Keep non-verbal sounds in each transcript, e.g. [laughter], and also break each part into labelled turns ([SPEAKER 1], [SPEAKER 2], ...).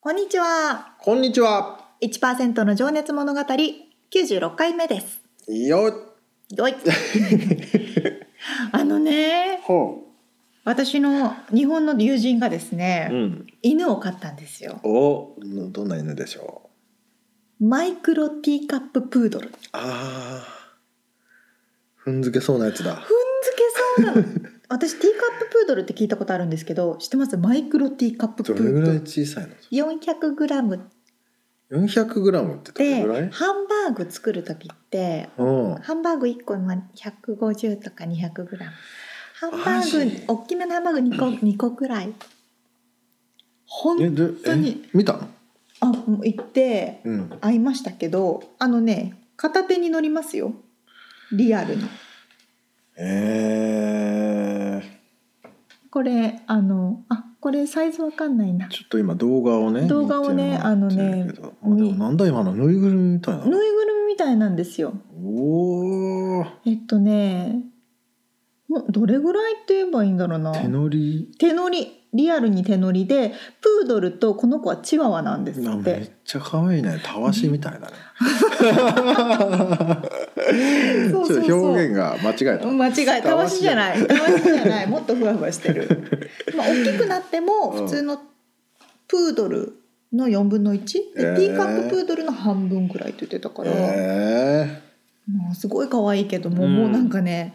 [SPEAKER 1] こんにちは
[SPEAKER 2] こんにちは。
[SPEAKER 1] 1%の情熱物語96回目です
[SPEAKER 2] よ。
[SPEAKER 1] よ
[SPEAKER 2] [laughs]
[SPEAKER 1] いあのね
[SPEAKER 2] ほ
[SPEAKER 1] 私の日本の友人がですね、
[SPEAKER 2] ん。
[SPEAKER 1] 犬を飼ったんですよ
[SPEAKER 2] お、どんな犬でしょ
[SPEAKER 1] マイクロティーカッププードル
[SPEAKER 2] う。ああ。踏んづけそうなやつだ。
[SPEAKER 1] 踏んづけそうなの [laughs] 私ティーカッププードルって聞いたことあるんですけど知ってますマイクロティーカッププ
[SPEAKER 2] どれぐ
[SPEAKER 1] ード
[SPEAKER 2] ら
[SPEAKER 1] ル
[SPEAKER 2] い小さいの。
[SPEAKER 1] 400g
[SPEAKER 2] 四百グラムってどれぐら
[SPEAKER 1] で
[SPEAKER 2] い。
[SPEAKER 1] ハンバーグ作る時って
[SPEAKER 2] うん。
[SPEAKER 1] ハンバーグ1個まあ150とか 200g ハンバ
[SPEAKER 2] マ
[SPEAKER 1] ー
[SPEAKER 2] ジ
[SPEAKER 1] グ大きめのハンバーグ2個
[SPEAKER 2] [laughs]
[SPEAKER 1] ,2 個くらい
[SPEAKER 2] え、
[SPEAKER 1] 本
[SPEAKER 2] で、
[SPEAKER 1] 当に
[SPEAKER 2] え、見たの。
[SPEAKER 1] あもう行って
[SPEAKER 2] うん。
[SPEAKER 1] 会いましたけどあのね片手に乗りますよリアルに
[SPEAKER 2] ええ
[SPEAKER 1] これあのあこれサイズわかんないな
[SPEAKER 2] ちょっと今動画をね。
[SPEAKER 1] 動画をね
[SPEAKER 2] 見てもらってるけどあ、でもなんだ今のぬいぐるみみたい
[SPEAKER 1] ぬいぐ
[SPEAKER 2] な。
[SPEAKER 1] るみみたいなんですよ
[SPEAKER 2] おお。
[SPEAKER 1] えっとねもうどれぐらいって言えばいいんだろうな
[SPEAKER 2] 手乗り。
[SPEAKER 1] 手乗りリアルに手乗りでプードルとこの子はチワワなんです
[SPEAKER 2] あ
[SPEAKER 1] っ
[SPEAKER 2] めってちゃ可愛いね。たわしみたいだね。
[SPEAKER 1] [laughs] そう
[SPEAKER 2] ち
[SPEAKER 1] そう
[SPEAKER 2] ょ
[SPEAKER 1] そ
[SPEAKER 2] っ
[SPEAKER 1] う
[SPEAKER 2] と表現が間違えた。
[SPEAKER 1] 間違いたわしじゃ
[SPEAKER 2] い。
[SPEAKER 1] ないたわしじゃないもっとふわふわして
[SPEAKER 2] [laughs]
[SPEAKER 1] るまあ大きくなっても
[SPEAKER 2] うん
[SPEAKER 1] 普通のプードルの4分の1で、
[SPEAKER 2] えー
[SPEAKER 1] ティーカッププードルの半分くらいって言ってたから、
[SPEAKER 2] え
[SPEAKER 1] もうすごい可愛いけども、
[SPEAKER 2] うん
[SPEAKER 1] もうなんかね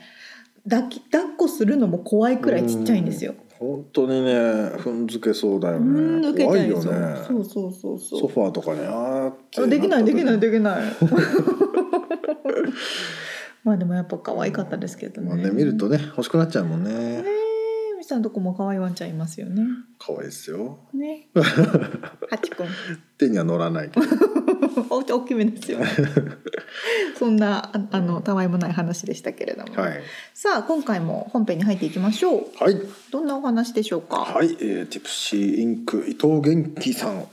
[SPEAKER 1] 抱き抱っこするのも怖い
[SPEAKER 2] え
[SPEAKER 1] くらいちっちゃいんですよ。
[SPEAKER 2] う。本当にね、踏んづけそうだよ
[SPEAKER 1] うん
[SPEAKER 2] ね。
[SPEAKER 1] 抜けち
[SPEAKER 2] 怖
[SPEAKER 1] ゃ
[SPEAKER 2] い
[SPEAKER 1] い
[SPEAKER 2] よ
[SPEAKER 1] そう、
[SPEAKER 2] ね。
[SPEAKER 1] そうそうそうそう
[SPEAKER 2] ソファーとかね、あーって
[SPEAKER 1] あできないできない
[SPEAKER 2] き
[SPEAKER 1] できない
[SPEAKER 2] [laughs]
[SPEAKER 1] まあでもやっぱ可愛かったですけどね,、
[SPEAKER 2] まあね、見るとね、欲しくなっちゃうもんね
[SPEAKER 1] ね。えみさんどこも可愛いワンちゃんいますよね
[SPEAKER 2] 可愛いですよ。
[SPEAKER 1] ねハチ君
[SPEAKER 2] 手には乗らないけど。
[SPEAKER 1] お大きめです
[SPEAKER 2] [laughs]
[SPEAKER 1] よねそんなああのたわいもない話でしたけれども、
[SPEAKER 2] はい。
[SPEAKER 1] さあ今回も本編に入っていきましょう
[SPEAKER 2] はい。
[SPEAKER 1] どんなお話でしょうか、
[SPEAKER 2] はい、えー、ティプシーインク伊藤元気さん、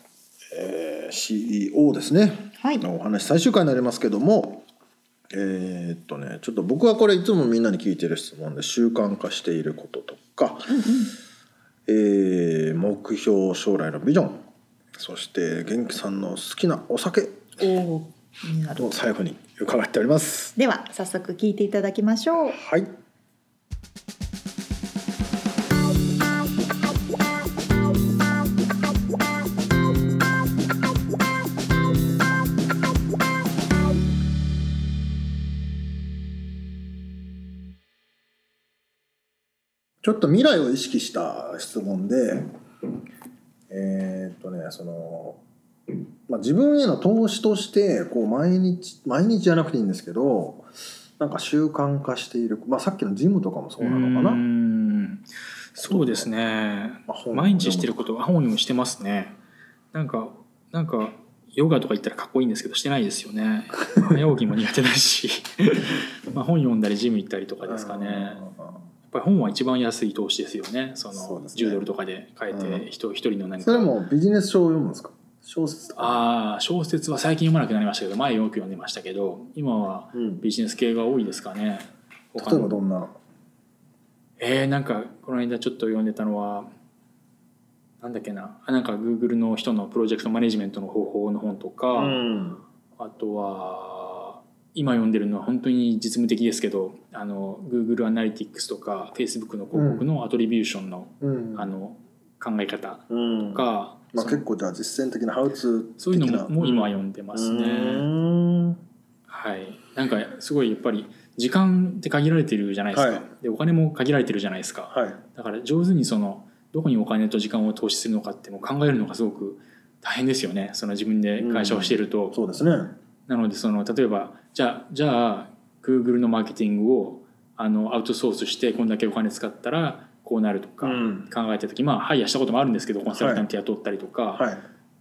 [SPEAKER 2] えー、CEO ですね、
[SPEAKER 1] はい
[SPEAKER 2] のお話最終回になりますけどもえーっとねちょっと僕はこれいつもみんなに聞いてる質問で習慣化していることとか、えー目標将来のビジョンそして元気さんの好きなお酒
[SPEAKER 1] おお気になる
[SPEAKER 2] を最後に伺っております。
[SPEAKER 1] では早速聞いていただきましょう
[SPEAKER 2] はいちょっと未来を意識した質問で、えーっとね、その、まあ、自分への投資として、こう、毎日、毎日じゃなくていいんですけど、なんか習慣化している、まあ、さっきのジムとかもそうなのか
[SPEAKER 3] う
[SPEAKER 2] な。
[SPEAKER 3] ーんそうですね
[SPEAKER 2] まあ本
[SPEAKER 3] 毎日してること本にもしてますねなんかなんかヨガとか言ったらかっこいいんですけどしてないですよ
[SPEAKER 2] [laughs]
[SPEAKER 3] ね早起きも苦手だし [laughs] まあ本読んだりジム行ったりとかですかねやっぱり本は一番安い投資ですよねその
[SPEAKER 2] そうですね
[SPEAKER 3] 10ドルとかで買え
[SPEAKER 2] うん
[SPEAKER 3] て人一人の
[SPEAKER 2] うん
[SPEAKER 3] 何か
[SPEAKER 2] それもビジネス書を読むんですか小説とか。
[SPEAKER 3] ああ小説は最近読まなくなりましたけど前よく読んでましたけど今は
[SPEAKER 2] うん例
[SPEAKER 3] ビジネス系が多いですかね他
[SPEAKER 2] え
[SPEAKER 3] の
[SPEAKER 2] ばどんな。
[SPEAKER 3] えー、なんかこの間ちょっと読んでたのはなんだっけなあなんか Google の人のプロジェクトマネジメントの方法の本とか、
[SPEAKER 2] うん
[SPEAKER 3] あとは今読んでるのは本当に実務的ですけどあの Google アナリティクスとか Facebook の広告のアトリビューションの,、
[SPEAKER 2] うん
[SPEAKER 3] あの考え方
[SPEAKER 2] うん
[SPEAKER 3] とか、
[SPEAKER 2] まあ、
[SPEAKER 3] その
[SPEAKER 2] 結構じゃあ実践的なハウツー
[SPEAKER 3] そういうのももう今は読んでますね。
[SPEAKER 2] うーん
[SPEAKER 3] はい、なんかすごいやっぱり時間って限られてるじゃないですか、
[SPEAKER 2] はい
[SPEAKER 3] でお金も限られてるじゃないですか、
[SPEAKER 2] はい
[SPEAKER 3] だから上手にそのどこにお金と時間を投資するのかってもう考えるのがすごく大変ですよねその自分で会社をしていると、
[SPEAKER 2] そうですね
[SPEAKER 3] なのでその例えばじゃあじゃあ Google のマーケティングをあのアウトソースしてこんだけお金使ったらこうなるとか
[SPEAKER 2] うん
[SPEAKER 3] 考えた時、まあハイヤーしたこともあるんですけどコンサルタント雇ったりとか、
[SPEAKER 2] はい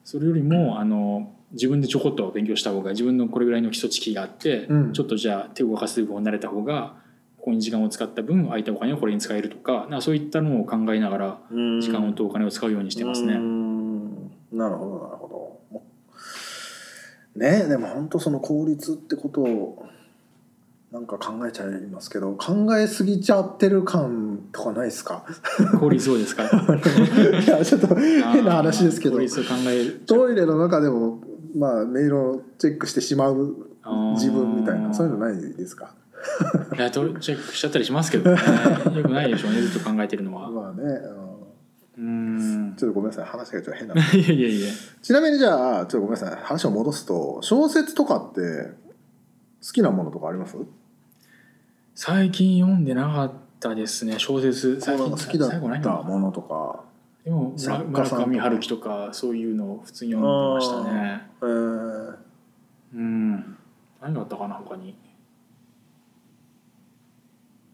[SPEAKER 3] それよりもあの自分でちょこっと勉強した方が自分のこれぐらいの基礎知識があって、
[SPEAKER 2] うん
[SPEAKER 3] ちょっとじゃあ手を動かす方に慣れた方がここに時間を使った分空いたお金をこれに使えるとかなんかそういったのを考えながら時間をとお金を使うようにしてますね。
[SPEAKER 2] うーんなるほどなるほど。ねでも本当その効率ってことをなんか考えちゃいますけど考えすぎちゃってる感とかないです
[SPEAKER 3] [laughs]
[SPEAKER 2] か
[SPEAKER 3] 効率どうですか
[SPEAKER 2] いやちょっと [laughs] 変な話ですけど
[SPEAKER 3] 効率を考える
[SPEAKER 2] トイレの中でもまあメールをチェックしてしまう自分みたいなそういうのないですか
[SPEAKER 3] いやとチェックしちゃったりします
[SPEAKER 2] [laughs]
[SPEAKER 3] けどねよくないでしょうねずっと考えてるのはう
[SPEAKER 2] まあね、う
[SPEAKER 3] ーん [laughs]
[SPEAKER 2] んちょっとごめんなさい話がちょっと変な
[SPEAKER 3] いやいやいや
[SPEAKER 2] ちなみにじゃあちょっとごめんなさい話を戻すと小説とかって好きなものとかあります
[SPEAKER 3] 最近読んでなかったですね小説
[SPEAKER 2] 最
[SPEAKER 3] 最
[SPEAKER 2] 近
[SPEAKER 3] 近
[SPEAKER 2] 好きだっ
[SPEAKER 3] 最後ないの
[SPEAKER 2] た
[SPEAKER 3] かな
[SPEAKER 2] ものとか、
[SPEAKER 3] でも村
[SPEAKER 2] 作家さん
[SPEAKER 3] 村上春樹とかそういうのを普通に読んでましたね
[SPEAKER 2] えー、
[SPEAKER 3] うん何があったかな他に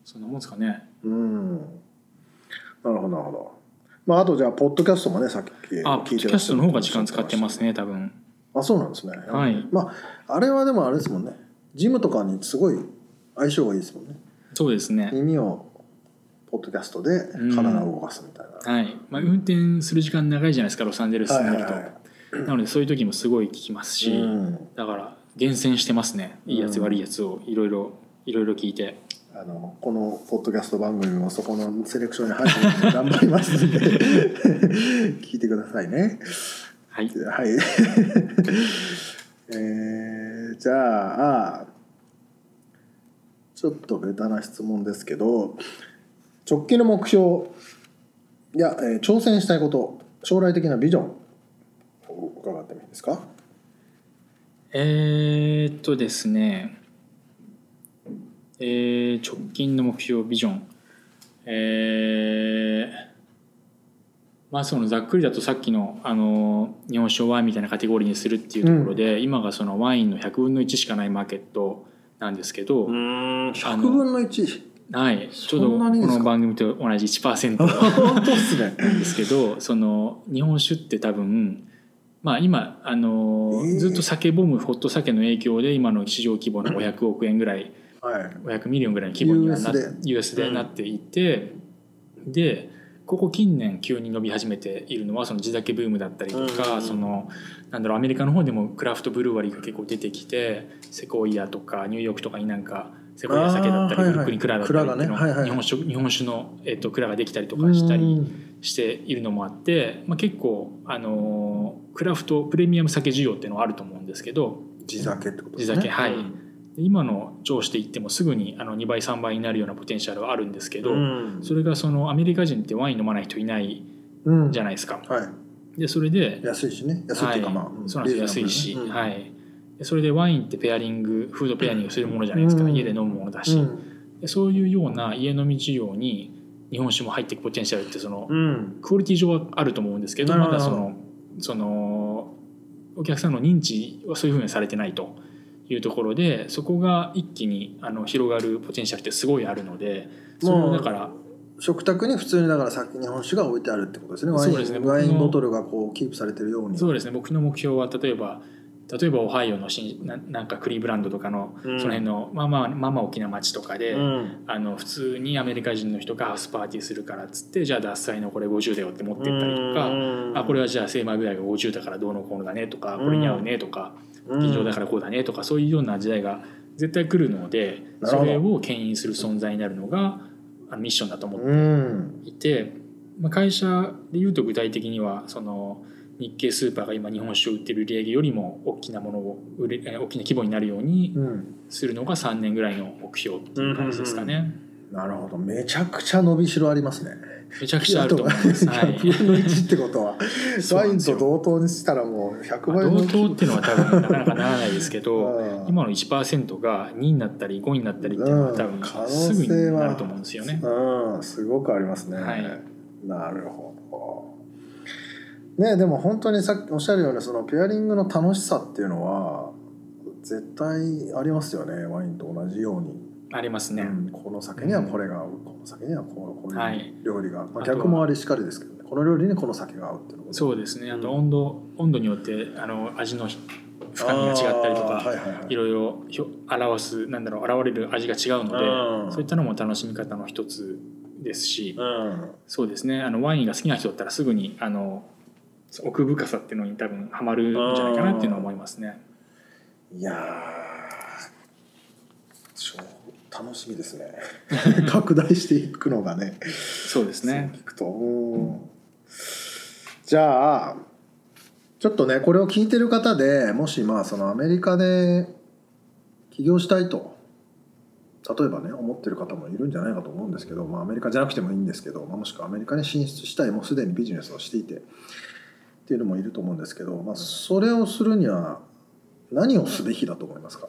[SPEAKER 3] そんなもんですかね
[SPEAKER 2] うんなるほどなるほどまああとじゃあポッドキャストもねさっき
[SPEAKER 3] あポッドキャストの方が時間使ってますね多分
[SPEAKER 2] あそうなんですね
[SPEAKER 3] はい
[SPEAKER 2] まああれはでもあれですもんねジムとかにすごい相性がいいですもんね
[SPEAKER 3] そうですね
[SPEAKER 2] 耳をポッドキャストで体を動かすみたいな、
[SPEAKER 3] はい、まあ、運転する時間長いじゃないですかロサンゼルス
[SPEAKER 2] は
[SPEAKER 3] 住
[SPEAKER 2] い
[SPEAKER 3] ん
[SPEAKER 2] は
[SPEAKER 3] で
[SPEAKER 2] い
[SPEAKER 3] ると、
[SPEAKER 2] は
[SPEAKER 3] なのでそういう時もすごい聞きます
[SPEAKER 2] い
[SPEAKER 3] し、
[SPEAKER 2] うん
[SPEAKER 3] だから厳選してますねいいやつ
[SPEAKER 2] うん
[SPEAKER 3] 悪いやつをいろいろいろいろ聞いて
[SPEAKER 2] あのこのポッドキャスト番組もそこのセレクションに入って頑張ります
[SPEAKER 3] [laughs]
[SPEAKER 2] んで聞いてくださいね
[SPEAKER 3] はい
[SPEAKER 2] はい。えーじゃあ、ちょっとベタな質問ですけど、直近の目標、いや、えー挑戦したいこと、将来的なビジョンを伺ってもいいですか
[SPEAKER 3] えー、っとですねえー、直近の目標ビジョンえーまあそのざっくりだとさっきのあの日本酒をワインみたいなカテゴリーにするっていうところで、今がそのワインの100分の1しかないマーケットなんですけど、
[SPEAKER 2] 100分の1。
[SPEAKER 3] はいちょ
[SPEAKER 2] そ
[SPEAKER 3] うど
[SPEAKER 2] ん
[SPEAKER 3] こ
[SPEAKER 2] なにですか
[SPEAKER 3] の番組と同じ1%
[SPEAKER 2] 本当っす
[SPEAKER 3] [laughs]
[SPEAKER 2] ね。
[SPEAKER 3] なんですけどその日本酒って多分まあ今あの、
[SPEAKER 2] えー
[SPEAKER 3] ずっと酒ボムホット酒の影響で今の市場規模の500億円ぐらい
[SPEAKER 2] はい。
[SPEAKER 3] 500ミリオンぐらいの規模にはな
[SPEAKER 2] US で
[SPEAKER 3] US
[SPEAKER 2] う
[SPEAKER 3] で
[SPEAKER 2] ん
[SPEAKER 3] なっていて、でここ近年急に伸び始めているのはその地酒ブームだったりと
[SPEAKER 2] うんうん
[SPEAKER 3] か、
[SPEAKER 2] うん
[SPEAKER 3] そのなんだろうアメリカの方でもクラフトブルワリーが結構出てきてセコイアとかニューヨークとかになんかセコイア酒だったり
[SPEAKER 2] あーはいはい
[SPEAKER 3] ブルックリンクラだったりっていうの
[SPEAKER 2] 蔵がねはいはい
[SPEAKER 3] 日本酒日本酒の、えっと蔵ができたりとかしたり。
[SPEAKER 2] うん
[SPEAKER 3] しているのもあって、まあ、結構、あのークラフトプレミアム酒需要っていうのはあると思うんですけど
[SPEAKER 2] 地酒ってことですね。
[SPEAKER 3] 地酒はい
[SPEAKER 2] うん
[SPEAKER 3] で今の上司で言ってもすぐにあの2倍3倍になるようなポテンシャルはあるんですけど、
[SPEAKER 2] うん
[SPEAKER 3] それがそのアメリカ人ってワイン飲まない人いない
[SPEAKER 2] うん
[SPEAKER 3] じゃないですか。
[SPEAKER 2] は
[SPEAKER 3] でそれで
[SPEAKER 2] い。安いしね。安いっていうかまあ、
[SPEAKER 3] は
[SPEAKER 2] ん
[SPEAKER 3] い、そうなんです
[SPEAKER 2] リ
[SPEAKER 3] よ安
[SPEAKER 2] ー
[SPEAKER 3] い
[SPEAKER 2] ズ
[SPEAKER 3] し、
[SPEAKER 2] ナブルねうん
[SPEAKER 3] はい、でそれでワインってペアリングフードペアリングするものじゃないですか、
[SPEAKER 2] うん
[SPEAKER 3] 家で飲むものだし、
[SPEAKER 2] うん
[SPEAKER 3] でそういうような家飲み需要に日本酒も入っていくポテンシャルってその
[SPEAKER 2] うん
[SPEAKER 3] クオリティ上はあると思うんですけ
[SPEAKER 2] な
[SPEAKER 3] ど
[SPEAKER 2] る
[SPEAKER 3] ま
[SPEAKER 2] ほど
[SPEAKER 3] だそのそのお客さんの認知はそういうふうにされてないというところでそこが一気にあの広がるポテンシャルってすごいあるのでそれ
[SPEAKER 2] も
[SPEAKER 3] を
[SPEAKER 2] う
[SPEAKER 3] だから
[SPEAKER 2] 食卓に普通にだからさっき日本酒が置いてあるってことですねワイ
[SPEAKER 3] そうですね
[SPEAKER 2] ン
[SPEAKER 3] 僕の
[SPEAKER 2] ワインボトルがこうキープされてるように
[SPEAKER 3] そうですね僕の目標は例えば例えばオハイオのしんななんかクリーブランドとかの
[SPEAKER 2] うん
[SPEAKER 3] その辺のまあまあまあまあ大きな町とかで。
[SPEAKER 2] うん
[SPEAKER 3] あの普通にアメリカ人の人がハウスパーティーするからっつってじゃあ獺祭のこれ50だよって持ってったりとかあこれはじゃあ精米ぐらいが50だからどうのこうのだねとかこれに合うねとか銀条だからこうだねとかそういうような時代が絶対来るので
[SPEAKER 2] なるほど
[SPEAKER 3] それを牽引する存在になるのがあのミッションだと思っ
[SPEAKER 2] うん
[SPEAKER 3] ていて、まあ、会社でいうと具体的にはその日系スーパーが今日本酒を売ってる売り上げよりも大きなものを売れえー大きな規模になるように
[SPEAKER 2] うん
[SPEAKER 3] するのが3年ぐらいの目標っていう感じですかね。
[SPEAKER 2] なるほどめちゃくちゃ伸びしろありますね
[SPEAKER 3] めちゃくちゃあると思います。はい。
[SPEAKER 2] 100分の1ってことは
[SPEAKER 3] そう
[SPEAKER 2] ワイ
[SPEAKER 3] なん
[SPEAKER 2] ン
[SPEAKER 3] ですよ
[SPEAKER 2] と同等にしたらもう100
[SPEAKER 3] まあ
[SPEAKER 2] 倍の
[SPEAKER 3] 同等っていうのは多分なかなかならないです
[SPEAKER 2] [laughs]
[SPEAKER 3] けど
[SPEAKER 2] うん
[SPEAKER 3] 今の1%が2になったり5になったりっていうのは多
[SPEAKER 2] うん可能性は
[SPEAKER 3] 分すぐになると思うんですよね。
[SPEAKER 2] うん、すごくありますね。
[SPEAKER 3] はい
[SPEAKER 2] なるほど。ね、でも本当にさっきおっしゃるようにそのペアリングの楽しさっていうのは絶対ありますよねワインと同じように、
[SPEAKER 3] ありますね。
[SPEAKER 2] うんこの酒にはこれが合う、この酒にはこうこう
[SPEAKER 3] は
[SPEAKER 2] いう
[SPEAKER 3] い
[SPEAKER 2] 料理が合う、ま
[SPEAKER 3] あ
[SPEAKER 2] あ、
[SPEAKER 3] とは
[SPEAKER 2] 逆もありしかりですけどねこの料理にこの酒が合うっていうのも
[SPEAKER 3] そうですね。あと
[SPEAKER 2] うん
[SPEAKER 3] 温度温度によってあの味の深みが違ったりと
[SPEAKER 2] あーは
[SPEAKER 3] か。
[SPEAKER 2] いはいはい
[SPEAKER 3] いろいろひょ表すなんだろう現れる味が違うの
[SPEAKER 2] うん
[SPEAKER 3] でそういったのも楽しみ方の一つですし
[SPEAKER 2] うん
[SPEAKER 3] そうですねあのワインが好きな人だったらすぐにあの奥深さっていうのに多分ハマるんじゃないかなっていうのは思いますね。
[SPEAKER 2] いやーちょ楽しみですね [laughs] 拡大していくのがね
[SPEAKER 3] そうですね
[SPEAKER 2] そう聞くとうんじゃあちょっとねこれを聞いてる方でもしまあそのアメリカで起業したいと例えばね思ってる方もいるんじゃないかと思うんですけど、まあ、アメリカじゃなくてもいいんですけど、まあもしくはアメリカに進出したいもうすでにビジネスをしていてっていうのもいると思うんですけど、まあ、それをするには何をすべきだと思いますか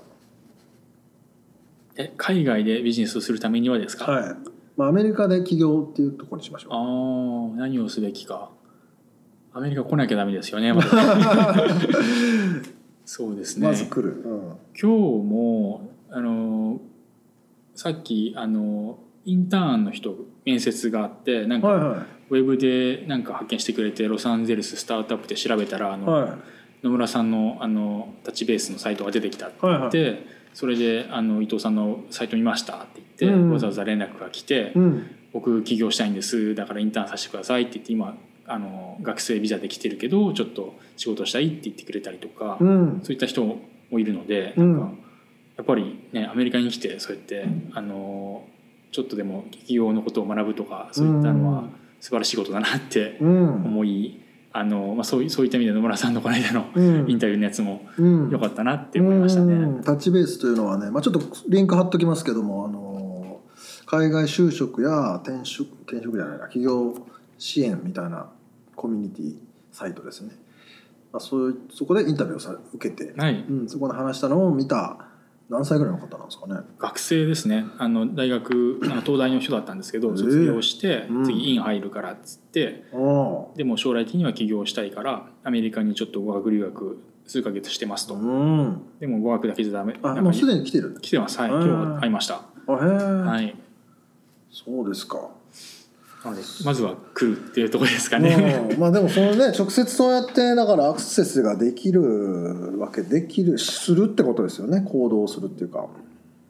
[SPEAKER 3] え海外でビジネスをするためにはですか、あ
[SPEAKER 2] い、まあ、アメリカで起業っていうところにしまし
[SPEAKER 3] あ
[SPEAKER 2] ょう。
[SPEAKER 3] ー何をすべきかアメリカ来なきゃダメですよね、まず
[SPEAKER 2] [laughs]
[SPEAKER 3] そうですね
[SPEAKER 2] まず来る、うん
[SPEAKER 3] 今日もあのさっきあのインターンの人面接があってなん
[SPEAKER 2] はい
[SPEAKER 3] か
[SPEAKER 2] は
[SPEAKER 3] ウェブでなんか発見してくれてロサンゼルススタートアップで調べたらあ
[SPEAKER 2] い
[SPEAKER 3] の、
[SPEAKER 2] は
[SPEAKER 3] 野村さんのあのタッチベースのサイトが出てきたって
[SPEAKER 2] いはい
[SPEAKER 3] 言って、それであの伊藤さんのサイト見ましたって言って、
[SPEAKER 2] うん
[SPEAKER 3] わざわざ連絡が来て、
[SPEAKER 2] うん
[SPEAKER 3] 僕起業したいんですだからインターンさせてくださいって言って今あの学生ビザで来てるけどちょっと仕事したいって言ってくれたりとか、
[SPEAKER 2] うん
[SPEAKER 3] そういった人もいるので
[SPEAKER 2] う
[SPEAKER 3] なんんかやっぱりねアメリカに来てそうやってあのちょっとでも起業のことを学ぶとかそういったの
[SPEAKER 2] う
[SPEAKER 3] は
[SPEAKER 2] ん
[SPEAKER 3] 素晴らしいことだなって
[SPEAKER 2] うん
[SPEAKER 3] 思い、あのまあ、そういそういった意味で野村さんのこの間の
[SPEAKER 2] うん
[SPEAKER 3] インタビューのやつも
[SPEAKER 2] うん
[SPEAKER 3] 良かったなって思いましたね。
[SPEAKER 2] うんタッチベースというのはね、まあ、ちょっとリンク貼っときますけどもあの海外就職や転職転職じゃないな企業支援みたいなコミュニティサイトですね、まあ、そういうそこでインタビューをさ受けて、
[SPEAKER 3] はい、
[SPEAKER 2] うん、そこで話したのを見た何歳ぐらいの方なんですかね
[SPEAKER 3] 学生ですねあの大学あの東大の人だったんですけ
[SPEAKER 2] え
[SPEAKER 3] ど
[SPEAKER 2] え
[SPEAKER 3] 卒業して、
[SPEAKER 2] うん
[SPEAKER 3] 次院入るからっつって
[SPEAKER 2] う
[SPEAKER 3] でも将来的には起業したいからアメリカにちょっと語学留学数ヶ月してますと、
[SPEAKER 2] んうん
[SPEAKER 3] でも語学だけじゃダメ
[SPEAKER 2] あ
[SPEAKER 3] なんか
[SPEAKER 2] もうすでに来てる
[SPEAKER 3] 来てますはい
[SPEAKER 2] うん
[SPEAKER 3] 今日会いました、
[SPEAKER 2] あへえ、
[SPEAKER 3] はい
[SPEAKER 2] そうですか
[SPEAKER 3] なのでまずは来るっていうところですかね、
[SPEAKER 2] うんまあでもそのね直接そうやってだからアクセスができるわけできるするってことですよね行動するっていうか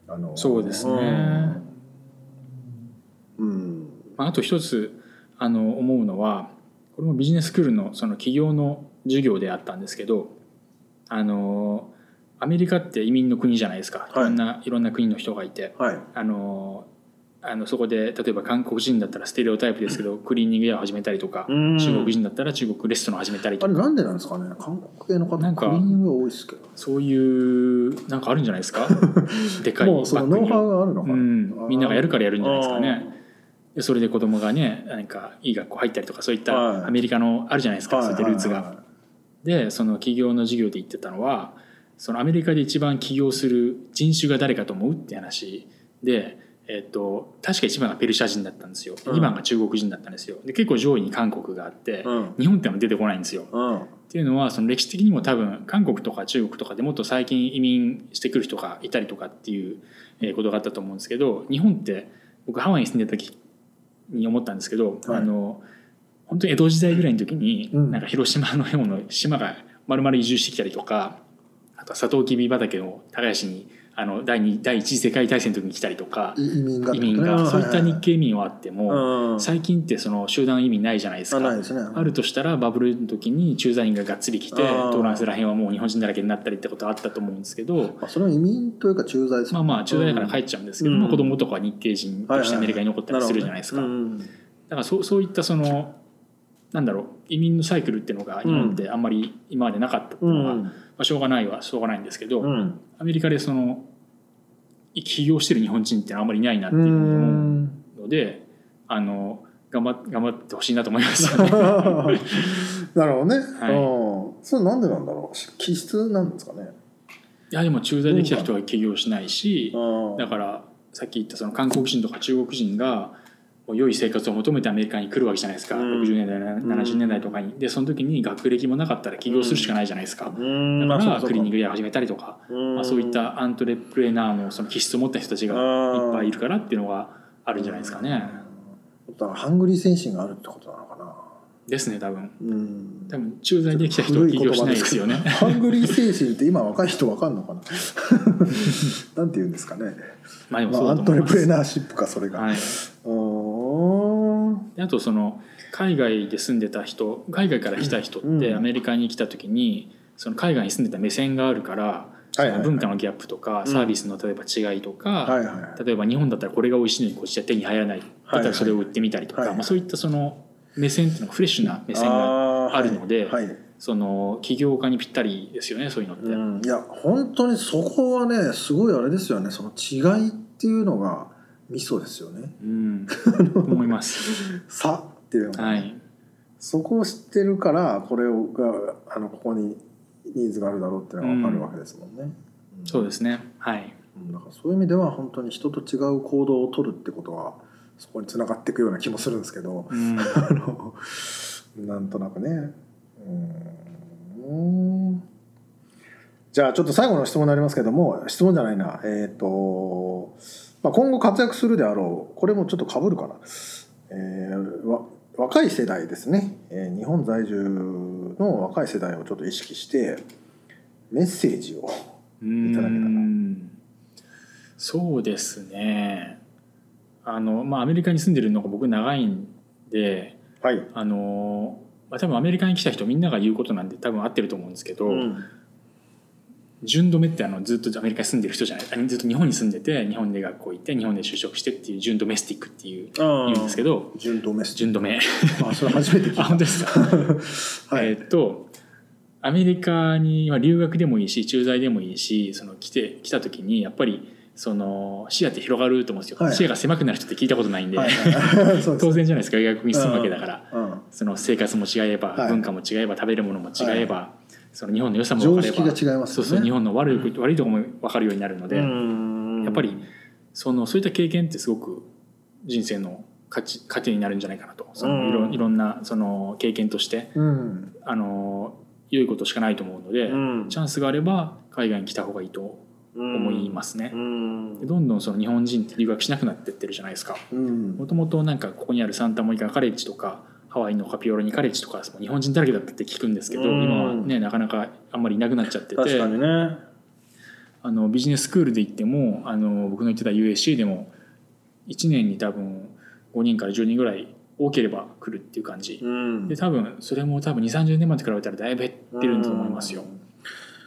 [SPEAKER 2] あの
[SPEAKER 3] そうですね
[SPEAKER 2] うん、うん
[SPEAKER 3] [laughs] まあ、あと一つあの思うのはこれもビジネススクールのその起業の授業であったんですけどあのアメリカって移民の国じゃないですか、い、ろんないろんな国の人がいて
[SPEAKER 2] はい
[SPEAKER 3] あのあのそこで例えば韓国人だったらステレオタイプですけどクリーニング屋を始めたりとか
[SPEAKER 2] うん
[SPEAKER 3] 中国人だったら中国レストランを始めたり
[SPEAKER 2] あ
[SPEAKER 3] と
[SPEAKER 2] れ
[SPEAKER 3] か
[SPEAKER 2] なんでなんですかね韓国系の方
[SPEAKER 3] なん
[SPEAKER 2] ク
[SPEAKER 3] か
[SPEAKER 2] リーニングが多いですけど
[SPEAKER 3] そういうなんかあるんじゃな
[SPEAKER 2] [laughs]
[SPEAKER 3] いですかでかい
[SPEAKER 2] もうその
[SPEAKER 3] バ
[SPEAKER 2] ノ
[SPEAKER 3] ッ
[SPEAKER 2] ウ
[SPEAKER 3] グに
[SPEAKER 2] ハウがあるのか
[SPEAKER 3] う
[SPEAKER 2] な、
[SPEAKER 3] ん、みんながやるからやるんじゃないですか
[SPEAKER 2] あ
[SPEAKER 3] ね。でそれで子供がね何かいい学校入ったりとかそういっ
[SPEAKER 2] はい
[SPEAKER 3] たアメリカのあるじゃないですか、
[SPEAKER 2] はい
[SPEAKER 3] そういったルーツが。
[SPEAKER 2] はい
[SPEAKER 3] でその起業の授業で言ってたのはそのアメリカで一番起業する人種が誰かと思うって話で、えっと確か一番がペルシャ人だったんですよ
[SPEAKER 2] うん
[SPEAKER 3] 2番が中国人だったんですよで結構上位に韓国があって、
[SPEAKER 2] うん
[SPEAKER 3] 日本ってのは出てこないんですよ。
[SPEAKER 2] うん
[SPEAKER 3] っていうのはその歴史的にも多分韓国とか中国とかでもっと最近移民してくる人がいたりとかっていうえーことがあったと思うんですけど日本って僕ハワイに住んでた時に思ったんですけど、
[SPEAKER 2] はい
[SPEAKER 3] あの本当に江戸時代ぐらいの時に、
[SPEAKER 2] うん
[SPEAKER 3] なんか広島の方の島が丸々移住してきたりとかあとはサトウキビ畑を耕しにあの第二第一次世界大戦の時に来たりとか
[SPEAKER 2] 移移民がってこ
[SPEAKER 3] 移
[SPEAKER 2] とね
[SPEAKER 3] 民がそういった日
[SPEAKER 2] は
[SPEAKER 3] 系移民はあって
[SPEAKER 2] いはい
[SPEAKER 3] も、
[SPEAKER 2] はいうん
[SPEAKER 3] 最近ってその集団移民ないじゃないです
[SPEAKER 2] あ
[SPEAKER 3] か
[SPEAKER 2] ない。ですね
[SPEAKER 3] あるとしたらバブルの時に駐在員ががっつり来て
[SPEAKER 2] あー
[SPEAKER 3] トランスら辺はもう日本人だらけになったりってことはあったと思うんですけど
[SPEAKER 2] まあそれは移民というか駐在です
[SPEAKER 3] まあまあ駐在だから帰っちゃうんですけど、
[SPEAKER 2] うん
[SPEAKER 3] まあ、子供とかは日系人としてアメリカに残ったりするじゃないですか、
[SPEAKER 2] なるほどねうん
[SPEAKER 3] だからそうそういったそのなんだろう移民のサイクルっていうのが日本ってあんまり今までなかったっていうのが、まあ、しょうがないはしょうがないんですけど、
[SPEAKER 2] うん
[SPEAKER 3] アメリカでその起業してる日本人ってあんまりいないなっていうふうに思うのであの頑張っ頑張ってほしいなと思いま
[SPEAKER 2] [laughs]
[SPEAKER 3] すよね
[SPEAKER 2] なるほどね、
[SPEAKER 3] い
[SPEAKER 2] うんそれなんでなんだろう気質なんですかね
[SPEAKER 3] いやでも駐在できた人は起業しないしだ
[SPEAKER 2] だ
[SPEAKER 3] からさっき言ったその韓国人とか中国人がもう良い生活を求めてアメリカに来るわけじゃないですか、
[SPEAKER 2] うん
[SPEAKER 3] 60年代70年代とかにでその時に学歴もなかったら起業するしかないじゃないですか、
[SPEAKER 2] うん
[SPEAKER 3] だから
[SPEAKER 2] そう
[SPEAKER 3] クリーニング屋を始めたりとか、まあ、そういったアントレプレナーのその気質を持った人たち
[SPEAKER 2] い
[SPEAKER 3] がいっぱいいるからっていうのがあるんじゃないですかね。
[SPEAKER 2] だからハングリー精神があるってことなのかな
[SPEAKER 3] ですね多分
[SPEAKER 2] うん
[SPEAKER 3] 多分駐在で来た人は起業しないですよね。
[SPEAKER 2] [laughs] ハングリー精神って今若い人わかんのかななんて言うんですかね、
[SPEAKER 3] まあでも
[SPEAKER 2] ま
[SPEAKER 3] そう
[SPEAKER 2] あ、ア
[SPEAKER 3] だ
[SPEAKER 2] ン
[SPEAKER 3] と
[SPEAKER 2] ト
[SPEAKER 3] 思い
[SPEAKER 2] レ
[SPEAKER 3] ま
[SPEAKER 2] プレ
[SPEAKER 3] す。
[SPEAKER 2] ナーシップかそれが、
[SPEAKER 3] はい、
[SPEAKER 2] うーん
[SPEAKER 3] であとその海外で住んでた人海外から来た人っ
[SPEAKER 2] う
[SPEAKER 3] て
[SPEAKER 2] ん
[SPEAKER 3] アメリカに来た時にその海外に住んでた目線があるから
[SPEAKER 2] はいはいはい
[SPEAKER 3] 文化のギャップとか
[SPEAKER 2] うん
[SPEAKER 3] サービスの例えば違いと
[SPEAKER 2] は
[SPEAKER 3] か
[SPEAKER 2] いはい
[SPEAKER 3] 例えば日本だったらこれが美味しいのにこっちは手に入らないだったらそれを売ってみたりと
[SPEAKER 2] はいは
[SPEAKER 3] か
[SPEAKER 2] い
[SPEAKER 3] まあそういったその目線っていうのがフレッシュな目線が
[SPEAKER 2] が
[SPEAKER 3] あるので
[SPEAKER 2] はいはい
[SPEAKER 3] その起業家にぴったりですよねそういうのって。
[SPEAKER 2] うんいや本当にそこはねすごいあれですよねその違いっていうのがミソですよね
[SPEAKER 3] うん、思います。
[SPEAKER 2] 差っていうのが、
[SPEAKER 3] はい。
[SPEAKER 2] そこを知ってるからこれをがあのここにニーズがあるだろうっていうのが分かるわけですもんね、ん
[SPEAKER 3] そうですね。はい。
[SPEAKER 2] うんだからそういう意味では本当に人と違う行動を取るってことはそこに繋がっていくような気もするんですけど、 [laughs]
[SPEAKER 3] うん、
[SPEAKER 2] あのなんとなくねうんじゃあちょっと最後の質問になりますけども質問じゃないなえっ、と、まあ、今後活躍するであろうこれもちょっとかぶるかな、えーわ若い世代ですね、えー日本在住の若い世代をちょっと意識してメッセージを
[SPEAKER 3] うん
[SPEAKER 2] いただけたら
[SPEAKER 3] そうですね。あの、まあ、アメリカに住んでるのが僕長いんで、
[SPEAKER 2] はい、
[SPEAKER 3] あの、まあ、多分アメリカに来た人みんなが言うことなんで多分合ってると思うんですけど、順止めってあのずっとアメリカに住んでる人じゃないあずっと日本に住んでて日本で学校行って日本で就職してっていう順ドメスティックっていう
[SPEAKER 2] 言
[SPEAKER 3] 言うんですけど
[SPEAKER 2] 順当メッセージ
[SPEAKER 3] 順止め
[SPEAKER 2] あそれ初めて聞い
[SPEAKER 3] あ
[SPEAKER 2] た
[SPEAKER 3] 本当です
[SPEAKER 2] [laughs]
[SPEAKER 3] か
[SPEAKER 2] はい、
[SPEAKER 3] えーっとアメリカには留学でもいいし駐在でもいいしその来て来た時にやっぱりその視野って広がると思うんですよ、
[SPEAKER 2] はい
[SPEAKER 3] 視野が狭くなる人って聞いたことないんで、
[SPEAKER 2] はいはいそうです
[SPEAKER 3] 当然じゃないですか外国に住むわけだから、
[SPEAKER 2] うん
[SPEAKER 3] その生活も違えば、
[SPEAKER 2] はい
[SPEAKER 3] 文化も違えば食べるものも違えば、その日本の良さも
[SPEAKER 2] 常
[SPEAKER 3] 分かれば
[SPEAKER 2] 識が違います
[SPEAKER 3] そ
[SPEAKER 2] よね
[SPEAKER 3] うそう日本の悪い,、悪いところも分かるようになるので、
[SPEAKER 2] うん
[SPEAKER 3] やっぱりそのそういった経験ってすごく人生の価値糧になるんじゃないかなとそのいろ
[SPEAKER 2] うん
[SPEAKER 3] いろんなその経験として
[SPEAKER 2] うん
[SPEAKER 3] あの良いことしかないと思うので、
[SPEAKER 2] うん
[SPEAKER 3] チャンスがあれば海外に来た方がいいと思いますね
[SPEAKER 2] う、ん
[SPEAKER 3] でどんどんその日本人って留学しなくなってってるじゃないですか
[SPEAKER 2] うん
[SPEAKER 3] もともとなんかここにあるサンタモニカカレッジとかハワイのカピオラニカレッジとかその日本人だらけだったって聞くんですけど、
[SPEAKER 2] うん
[SPEAKER 3] 今はねなかなかあんまりいなくなっちゃってて
[SPEAKER 2] ね
[SPEAKER 3] あのビジネススクールで行ってもあの僕の言ってた USC でも1年に多分5人から10人ぐらい多ければ来るっていう感じ
[SPEAKER 2] うん
[SPEAKER 3] で多分それも多分2 3 0年前と比べたらだいぶ減ってると思いますよ。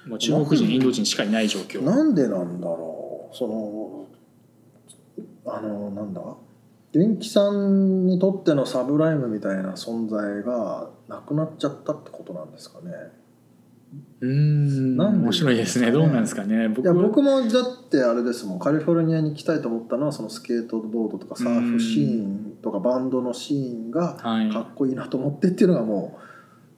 [SPEAKER 3] もう中国人インド人しかいない状況
[SPEAKER 2] なんでなんだろうそのあのなんだ電気さんにとってのサブライムみたいな存在がなくなっちゃったってことなんですかね
[SPEAKER 3] うーん
[SPEAKER 2] なんで
[SPEAKER 3] 面白いですねどうなんですかね
[SPEAKER 2] い
[SPEAKER 3] 僕
[SPEAKER 2] や
[SPEAKER 3] は
[SPEAKER 2] 僕もだってあれですもんカリフォルニアに行きたいと思ったのはそのスケートボードとかサーフシーンとかバンドのシーンが
[SPEAKER 3] はい
[SPEAKER 2] かっこいいなと思ってっていうのがも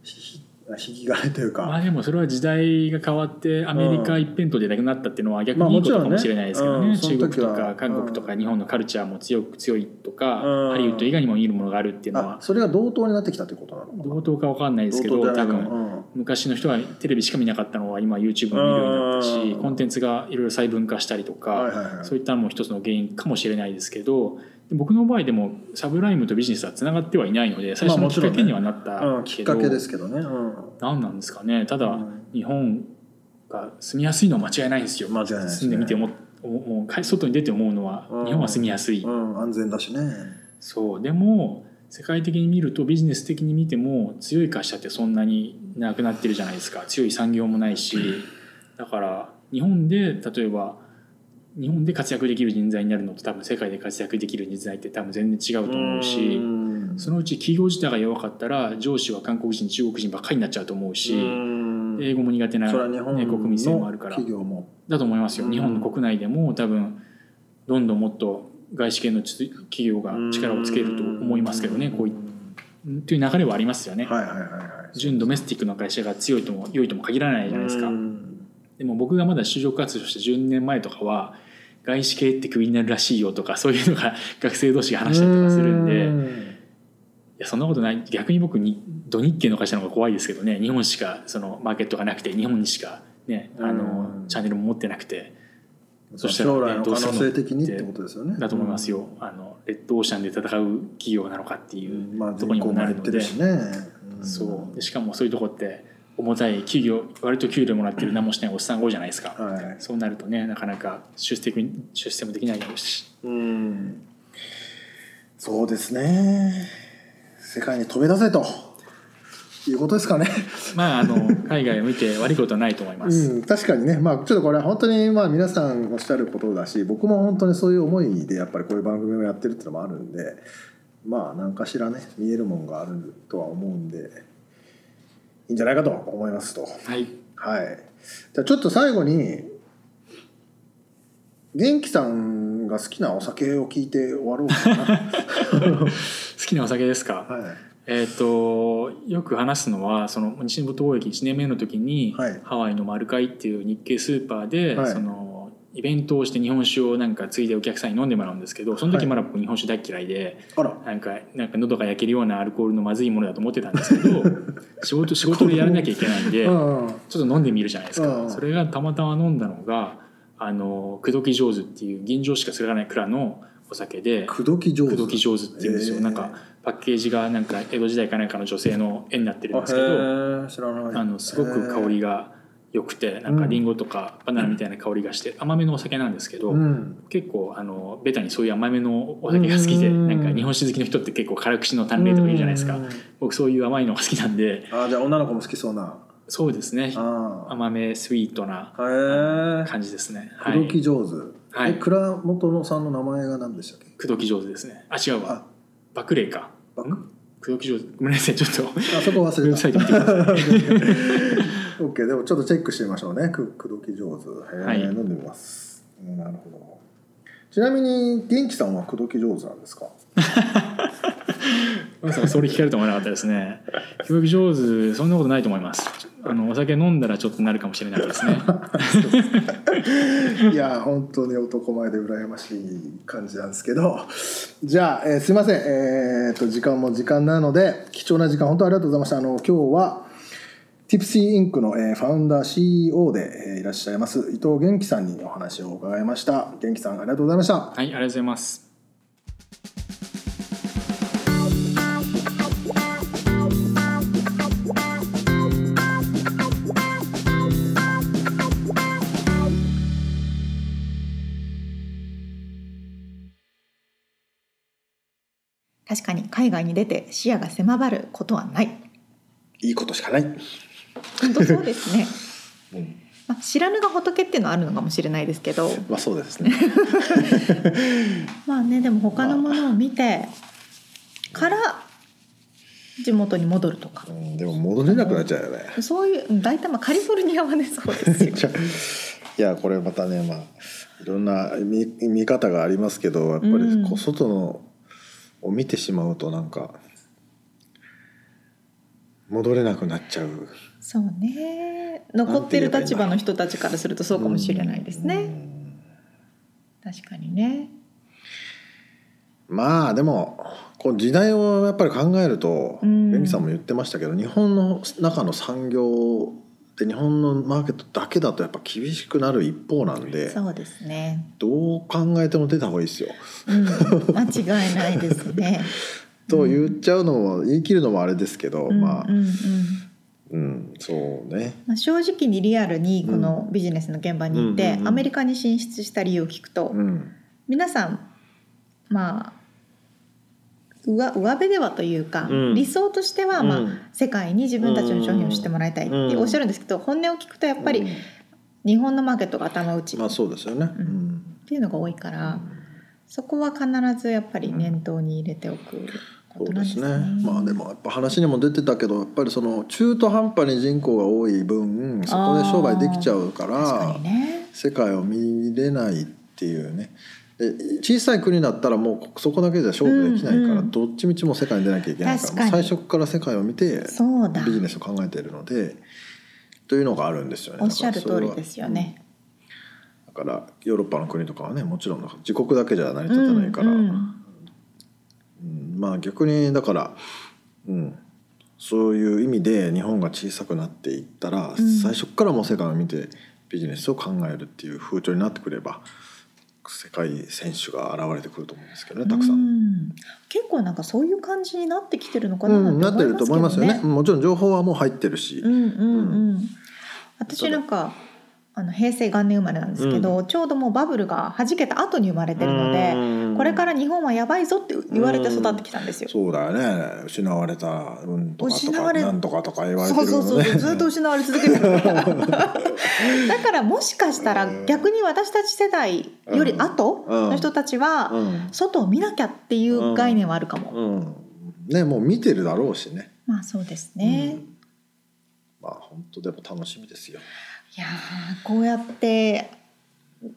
[SPEAKER 2] うひひ引き金という
[SPEAKER 3] まあ
[SPEAKER 2] か、
[SPEAKER 3] でもそれは時代が変わってアメリカ一辺倒でなくなったっていうのは逆にいいことかもしれないですけどね,、
[SPEAKER 2] まあもちろんねうん
[SPEAKER 3] 中国とか
[SPEAKER 2] その時は
[SPEAKER 3] 韓国とか日本のカルチャーも強く強いとか、
[SPEAKER 2] うん
[SPEAKER 3] ハリウッド以外にも見るものがあるっていうの
[SPEAKER 2] あ
[SPEAKER 3] は
[SPEAKER 2] それが同等になってきたということなのかな
[SPEAKER 3] 同等か分かんないですけ
[SPEAKER 2] 同
[SPEAKER 3] ど
[SPEAKER 2] 等じゃ
[SPEAKER 3] 多
[SPEAKER 2] ないかな
[SPEAKER 3] 分昔の人はテレビしか見なかったのは今 YouTube も見るようになったし
[SPEAKER 2] うん
[SPEAKER 3] コンテンツがいろいろ細分化したりとか、
[SPEAKER 2] うんはいはいはい
[SPEAKER 3] そういったのも一つの原因かもしれないですけどで僕の場合でもサブライムとビジネスはつながってはいないので最初
[SPEAKER 2] まあ
[SPEAKER 3] の
[SPEAKER 2] も
[SPEAKER 3] き
[SPEAKER 2] ち
[SPEAKER 3] っ
[SPEAKER 2] ろ
[SPEAKER 3] か
[SPEAKER 2] んね
[SPEAKER 3] けにはなった
[SPEAKER 2] うん、き
[SPEAKER 3] け
[SPEAKER 2] っ
[SPEAKER 3] ど、
[SPEAKER 2] かけですけどね、うん、
[SPEAKER 3] 何なんですかねた
[SPEAKER 2] う
[SPEAKER 3] だ
[SPEAKER 2] ん
[SPEAKER 3] 日本が住みやすいのは間違いないんですよ
[SPEAKER 2] 間違いないですね
[SPEAKER 3] 住んでみて思っもうか外に出て思うのは
[SPEAKER 2] うん
[SPEAKER 3] 日本は住みやすい、
[SPEAKER 2] うん安全だしね
[SPEAKER 3] そうでも世界的に見るとビジネス的に見ても強い会社ってそんなになくなってるじゃないですか強い産業もないしだから日本で例えば日本で活躍できる人材になるのと多分世界で活躍できる人材って多分全然違うと思うし
[SPEAKER 2] うん
[SPEAKER 3] そのうち企業自体が弱かったら上司は韓国人中国人ばっかりになっちゃうと思うし
[SPEAKER 2] うん
[SPEAKER 3] 英語も苦手な、
[SPEAKER 2] それは日本
[SPEAKER 3] ね、国民性もある
[SPEAKER 2] の
[SPEAKER 3] から
[SPEAKER 2] 企業も
[SPEAKER 3] だと思いますよ、
[SPEAKER 2] うん
[SPEAKER 3] 日本の国内でも多分どんどんもっと外資系のつ企業が力をつけると思いますけどねこういという流れはありますよね、
[SPEAKER 2] はいはいはいはい
[SPEAKER 3] 純ドメスティックの会社が強いとも良いとも限らないじゃないですか
[SPEAKER 2] うん
[SPEAKER 3] でも僕がまだ就職活動して10年前とかは外資系ってクビになるらしいよとかそういうのが学生同士が話したりとかするんでいやそんなことない逆に僕に土日系の会社の方が怖いですけどね日本しかそのマーケットがなくて日本にしか、ね、あ
[SPEAKER 2] う
[SPEAKER 3] の
[SPEAKER 2] ん
[SPEAKER 3] チャンネルも持ってなくてそしたらね
[SPEAKER 2] 将来の可
[SPEAKER 3] どうす
[SPEAKER 2] 能
[SPEAKER 3] るの
[SPEAKER 2] 性的にってことですよね
[SPEAKER 3] だと思いますよ、あのレッドオーシャンで戦う企業なのかって
[SPEAKER 2] う
[SPEAKER 3] いうん
[SPEAKER 2] まあ
[SPEAKER 3] とこにもなるので
[SPEAKER 2] 全国もやってるしねん
[SPEAKER 3] そうでしかもそういうとこって重たい給料割と給料もらってる何もしないおっさんが多いじゃないですか、
[SPEAKER 2] はい
[SPEAKER 3] そうなるとねなかなか出世に出世もできないだろうし
[SPEAKER 2] うんそうですね世界に飛び出せということですかね
[SPEAKER 3] まあ
[SPEAKER 2] [laughs]
[SPEAKER 3] あの海外を見て悪いことはないと思います、
[SPEAKER 2] うん、確かにね、まあ、ちょっとこれは本当にまあ皆さんおっしゃることだし僕も本当にそういう思いでやっぱりこういう番組をやってるっていうのもあるんでまあ何かしらね見えるもんがあるとは思うんでいいんじゃないかと思いますと
[SPEAKER 3] はい
[SPEAKER 2] はいじゃあちょっと最後に元気さんが好きなお酒を聞いて終わろうか
[SPEAKER 3] [laughs]
[SPEAKER 2] な、
[SPEAKER 3] 好きなお酒ですか、
[SPEAKER 2] はい、
[SPEAKER 3] えっ、とよく話すのはその日没貿易1年目の時に、
[SPEAKER 2] はい
[SPEAKER 3] ハワイのマルカイっていう日系スーパーで、
[SPEAKER 2] はい
[SPEAKER 3] そのイベントをして日本酒をなんかついでお客さんに飲んでもらうんですけどその時まだ僕日本酒大っ嫌いで、
[SPEAKER 2] あら
[SPEAKER 3] なんかなんか喉が焼けるようなアルコールのまずいものだと思ってたんです
[SPEAKER 2] [laughs]
[SPEAKER 3] けど仕事仕事でやらなきゃいけないんで、
[SPEAKER 2] うん
[SPEAKER 3] ちょっと飲んでみるじゃないですか、
[SPEAKER 2] うん
[SPEAKER 3] それがたまたま飲んだのがあの口説き上手っていう吟醸しか作らない蔵のお酒で
[SPEAKER 2] 口説き上手
[SPEAKER 3] 口説き上手っていうんですよ、
[SPEAKER 2] へー
[SPEAKER 3] なんかパッケージがなんか江戸時代かなんかの女性の絵になってるんですけ
[SPEAKER 2] あへ
[SPEAKER 3] ど
[SPEAKER 2] ー知らない
[SPEAKER 3] あのすごく香りが良くてなんかリンゴとかバナナみたいな香りがして甘めのお酒なんですけど、
[SPEAKER 2] うん
[SPEAKER 3] 結構あのベタにそういう甘めのお酒が好きで
[SPEAKER 2] うん
[SPEAKER 3] なんか日本酒好きの人って結構辛口の淡麗とか言うじゃないですか
[SPEAKER 2] うん
[SPEAKER 3] 僕そういう甘いのが好きなんで
[SPEAKER 2] あーじゃあ女の子も好きそうな
[SPEAKER 3] そうですね
[SPEAKER 2] あ
[SPEAKER 3] 甘めスイートな
[SPEAKER 2] あへえ
[SPEAKER 3] 感じですねは
[SPEAKER 2] 口説き
[SPEAKER 3] い
[SPEAKER 2] 上手、
[SPEAKER 3] はい
[SPEAKER 2] え倉本のさんの名前が何でしたっけ
[SPEAKER 3] 口説き上手ですねあ違うわ
[SPEAKER 2] あ
[SPEAKER 3] バクレイか
[SPEAKER 2] バ
[SPEAKER 3] ん口説き上手ごめんなさいちょっと
[SPEAKER 2] あそこ忘
[SPEAKER 3] ウェ
[SPEAKER 2] れ
[SPEAKER 3] ブサイト
[SPEAKER 2] た
[SPEAKER 3] 見てください
[SPEAKER 2] OK でもちょっとチェックしてみましょうねく口説き上手へえ、
[SPEAKER 3] はい
[SPEAKER 2] 飲んでみますうんなるほどちなみに元気さんは口説き上手なんですか
[SPEAKER 3] まさかそれ聞かれると思わなかったですね教育上手そんなことないと思いますあのお酒飲んだらちょっとなるかもしれないですね
[SPEAKER 2] いや本当に男前で羨ましい感じなんですけどじゃあ、えーすいません、えー、と時間も時間なので貴重な時間本当ありがとうございましたあの今日は Tipsy インクの、えーファウンダー CEO で、えーいらっしゃいます伊藤元気さんにお話を伺いました元気さんありがとうございました
[SPEAKER 3] はいありがとうございます
[SPEAKER 1] 確かに海外に出て視野が狭まることはない
[SPEAKER 2] いいことしかない、
[SPEAKER 1] 本当そうですね
[SPEAKER 2] うん、
[SPEAKER 1] まあ知らぬが仏っていうのはあるのかもしれないですけど
[SPEAKER 2] まあそうですね
[SPEAKER 1] まあねでも他のものを見てから地元に戻るとか
[SPEAKER 2] うんでも戻れなくなっちゃうよね
[SPEAKER 1] そういう大体まあカリフォルニアはねそうですよ
[SPEAKER 2] じゃあ [laughs] いやこれまたねまあいろんな見見方がありますけどやっぱり
[SPEAKER 1] うん
[SPEAKER 2] こう外のを見てしまうとなんか戻れなくなっちゃう
[SPEAKER 1] [laughs] そうね残ってる立場の人たちからするとそうかもしれないです
[SPEAKER 2] う
[SPEAKER 1] ね
[SPEAKER 2] ん
[SPEAKER 1] 確かにね
[SPEAKER 2] まあでもこう時代をやっぱり考えると
[SPEAKER 1] うん
[SPEAKER 2] 元気さんも言ってましたけど日本の中の産業で日本のマーケットだけだとやっぱ厳しくなる一方なんで
[SPEAKER 1] そうですね
[SPEAKER 2] どう考えても出た方がいいですよ。
[SPEAKER 1] うん間違いないです [laughs] ね
[SPEAKER 2] と言っちゃうのも言い切るのもあれですけど、
[SPEAKER 1] うん
[SPEAKER 2] まあ、
[SPEAKER 1] うんうん
[SPEAKER 2] うん、そうね。
[SPEAKER 1] まあ、正直にリアルにこのビジネスの現場に行って、
[SPEAKER 2] うんうんうん
[SPEAKER 1] アメリカに進出した理由を聞くと、
[SPEAKER 2] うん、
[SPEAKER 1] 皆さんまあ上上辺ではというか、
[SPEAKER 2] うん
[SPEAKER 1] 理想としては、まあ
[SPEAKER 2] うん
[SPEAKER 1] 世界に自分たちの商品を知ってもらいたいっておっしゃるんですけど、本音を聞くとやっぱ
[SPEAKER 2] うん
[SPEAKER 1] り日本のマーケットが頭打ちっ
[SPEAKER 2] まあそうですよね。
[SPEAKER 1] うていうのが多いから、
[SPEAKER 2] うん
[SPEAKER 1] そこは必ずやっぱり念頭に入れておくこ
[SPEAKER 2] そう
[SPEAKER 1] となん
[SPEAKER 2] で
[SPEAKER 1] です
[SPEAKER 2] す
[SPEAKER 1] ね。
[SPEAKER 2] ね。まあでもやっぱ話にも出てたけど、やっぱりその中途半端に人口が多い分、そこで商売できちゃうから、
[SPEAKER 1] 確かにね。
[SPEAKER 2] 世界を見れないっていうね。で小さい国だったらもうそこだけじゃ勝負できないから、
[SPEAKER 1] うんうん
[SPEAKER 2] どっちみちもう世界に出なきゃいけないから
[SPEAKER 1] 確かに
[SPEAKER 2] もう最初から世界を見て
[SPEAKER 1] そうだ
[SPEAKER 2] ビジネスを考えているのでというのがあるんですよね
[SPEAKER 1] おっしゃる通りで
[SPEAKER 2] よ
[SPEAKER 1] すよね。
[SPEAKER 2] だからヨーロッパの国とかはねもちろん自国だけじゃ成り立たないから、
[SPEAKER 1] うん
[SPEAKER 2] うんまあ逆にだから、うん、そういう意味で日本が小さくなっていったら、
[SPEAKER 1] うん
[SPEAKER 2] 最初からもう世界を見てビジネスを考えるっていう風潮になってくれば世界選手が現れてくると思うんですけど
[SPEAKER 1] う
[SPEAKER 2] ねたくさん。うん
[SPEAKER 1] ん結構なんかそういう感じになってきてるのかな
[SPEAKER 2] なってると思いますよね
[SPEAKER 1] けど
[SPEAKER 2] もちろん情報はもう入ってるし、
[SPEAKER 1] うんうんう。
[SPEAKER 2] うん
[SPEAKER 1] 私なんかあの平成元年生まれなんですけど、ちょうどもうバブルが弾けた後に生まれてるので、これから日本はやばいぞって言われて育ってきたんですよ。
[SPEAKER 2] そうだよね失われたうんとかと
[SPEAKER 1] 失
[SPEAKER 2] か
[SPEAKER 1] われ
[SPEAKER 2] なんとかとか言われて
[SPEAKER 1] そう
[SPEAKER 2] る
[SPEAKER 1] そう
[SPEAKER 2] の
[SPEAKER 1] そう
[SPEAKER 2] ね
[SPEAKER 1] ずっと失われ続け [laughs] てるからだからもしかしたら
[SPEAKER 2] うん
[SPEAKER 1] 逆に私たち世代より後の人たちは
[SPEAKER 2] うん
[SPEAKER 1] 外を見なきゃっていう概念はあるかも、
[SPEAKER 2] うん、ねもう見てるだろうしね。
[SPEAKER 1] まあそうですね、
[SPEAKER 2] うんまあ本当でも楽しみですよ。
[SPEAKER 1] いやーこうやって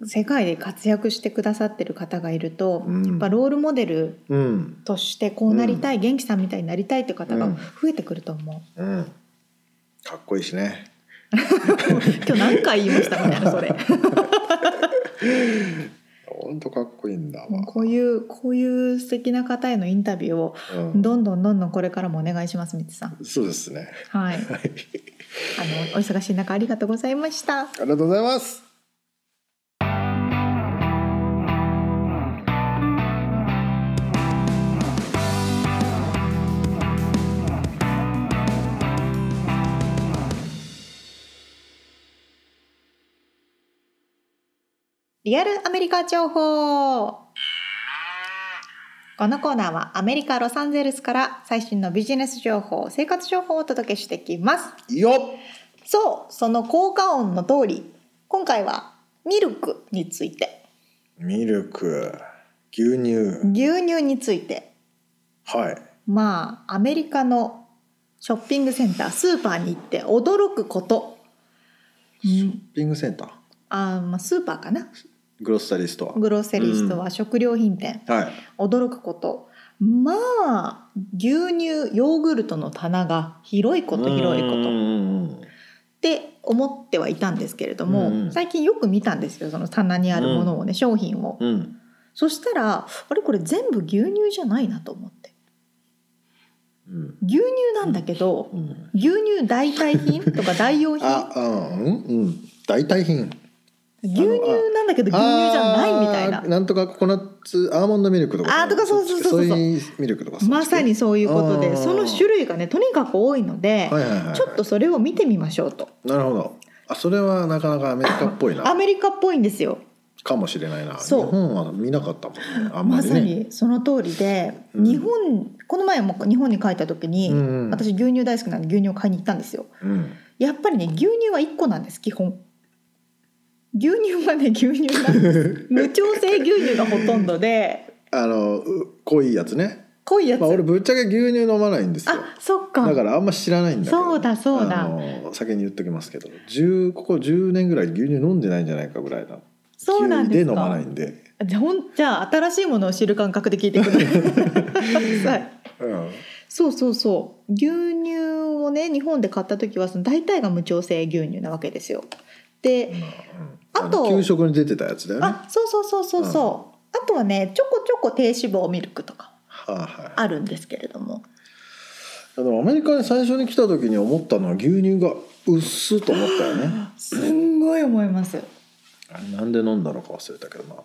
[SPEAKER 1] 世界で活躍してくださってる方がいると、
[SPEAKER 2] うん
[SPEAKER 1] やっぱロールモデル
[SPEAKER 2] うん、
[SPEAKER 1] としてこうなりたい、元気さんみたいになりたいって方が
[SPEAKER 2] うん
[SPEAKER 1] 増えてくると思う、
[SPEAKER 2] うん、かっこいいしね。
[SPEAKER 1] 今日何回言いましたみたいなそれ
[SPEAKER 2] 本当かっこいいんだわ。
[SPEAKER 1] もう [laughs] こういうこういう素敵な方へのインタビューを
[SPEAKER 2] うん
[SPEAKER 1] どんどんどんどんこれからもお願いしますみつさん
[SPEAKER 2] そうですね。
[SPEAKER 1] はいあの
[SPEAKER 2] はい、
[SPEAKER 1] お忙しい中ありがとうございました
[SPEAKER 2] ありがとうございます。
[SPEAKER 1] リアルアメリカ情報このコーナーはアメリカ・ロサンゼルスから最新のビジネス情報、生活情報をお届けしてきます。
[SPEAKER 2] いいよ。
[SPEAKER 1] そう、その効果音の通り、今回はミルクについて、
[SPEAKER 2] ミルク、牛乳、
[SPEAKER 1] 牛乳について、
[SPEAKER 2] はい。
[SPEAKER 1] まあアメリカのショッピングセンター、スーパーに行って驚くこと。うん、
[SPEAKER 2] ピングセンター、
[SPEAKER 1] あーまあスーパーかな。
[SPEAKER 2] グロッサリースト
[SPEAKER 1] グロッセリーストア、食料品店。
[SPEAKER 2] ア。はい。
[SPEAKER 1] 驚くことまあ牛乳ヨーグルトの棚が広いこと広いこ
[SPEAKER 2] う
[SPEAKER 1] とっ
[SPEAKER 2] んうん
[SPEAKER 1] て思ってはいたんですけれども、
[SPEAKER 2] うんうん
[SPEAKER 1] 最近よく見たんですよその棚にあるものをね、商品を、
[SPEAKER 2] うん。うん
[SPEAKER 1] そしたらあれこれ全部牛乳じゃないなと思って
[SPEAKER 2] うん
[SPEAKER 1] 牛乳なんだけど、
[SPEAKER 2] うん。
[SPEAKER 1] 牛乳代替
[SPEAKER 2] [laughs]
[SPEAKER 1] 品とか代用品
[SPEAKER 2] あ、うん、うん、代替品。
[SPEAKER 1] 牛乳なんだけど牛乳じゃないみたい
[SPEAKER 2] あ
[SPEAKER 1] な
[SPEAKER 2] ーなんとかココナッツアーモンドミルクとか
[SPEAKER 1] あーとかそうそうそうそう
[SPEAKER 2] そういうミルクとかそっち系
[SPEAKER 1] まさにそういうこと
[SPEAKER 2] あ
[SPEAKER 1] で
[SPEAKER 2] ー
[SPEAKER 1] その種類がねとにかく多いので、
[SPEAKER 2] はいはいはいはい
[SPEAKER 1] ちょっとそれを見てみましょうと
[SPEAKER 2] なるほどあそれはなかなかアメリカっぽい
[SPEAKER 1] ア
[SPEAKER 2] な
[SPEAKER 1] メリカっぽいんですよ
[SPEAKER 2] かもしれないな日
[SPEAKER 1] そう
[SPEAKER 2] 本は見なかったもんねあんま
[SPEAKER 1] ま
[SPEAKER 2] りね
[SPEAKER 1] さにその通りで、
[SPEAKER 2] うん
[SPEAKER 1] 日本この前も日本に帰った時に、
[SPEAKER 2] うんうん
[SPEAKER 1] 私牛乳大好きなんで牛乳を買いに行ったんですよ
[SPEAKER 2] うん
[SPEAKER 1] やっぱりね牛乳は1個なんです基本牛乳はね牛乳
[SPEAKER 2] [laughs]
[SPEAKER 1] なんです無調整牛乳がほとんどで
[SPEAKER 2] あのう濃いやつね、
[SPEAKER 1] 濃いやつ、
[SPEAKER 2] まあ、俺ぶっちゃけ牛乳飲まないんですよ
[SPEAKER 1] あそっか
[SPEAKER 2] だからあんま知らないんだけど
[SPEAKER 1] そうだそうだ
[SPEAKER 2] あの先に言っときますけど10ここ10年ぐらい牛乳飲んでないんじゃないかぐらいな
[SPEAKER 1] そうなんです
[SPEAKER 2] 勢いで飲ま
[SPEAKER 1] か
[SPEAKER 2] ないんで、
[SPEAKER 1] じゃあほんじゃあ新しいものを知る感覚で聞いてく
[SPEAKER 2] [laughs]
[SPEAKER 1] ださい
[SPEAKER 2] うん、
[SPEAKER 1] そうそうそう牛乳をね日本で買った時はその大体が無調整牛乳なわけですよで、
[SPEAKER 2] まあうん
[SPEAKER 1] あと
[SPEAKER 2] の給食に出てたやつだよね
[SPEAKER 1] あそうそうそうそうそう、あとはねちょこちょこ低脂肪ミルクとか
[SPEAKER 2] はいはい
[SPEAKER 1] あるんですけれども
[SPEAKER 2] でもアメリカに最初に来た時に思ったのは牛乳が薄っと思ったよね
[SPEAKER 1] すんごい思います
[SPEAKER 2] あれなんで飲んだのか忘れたけどな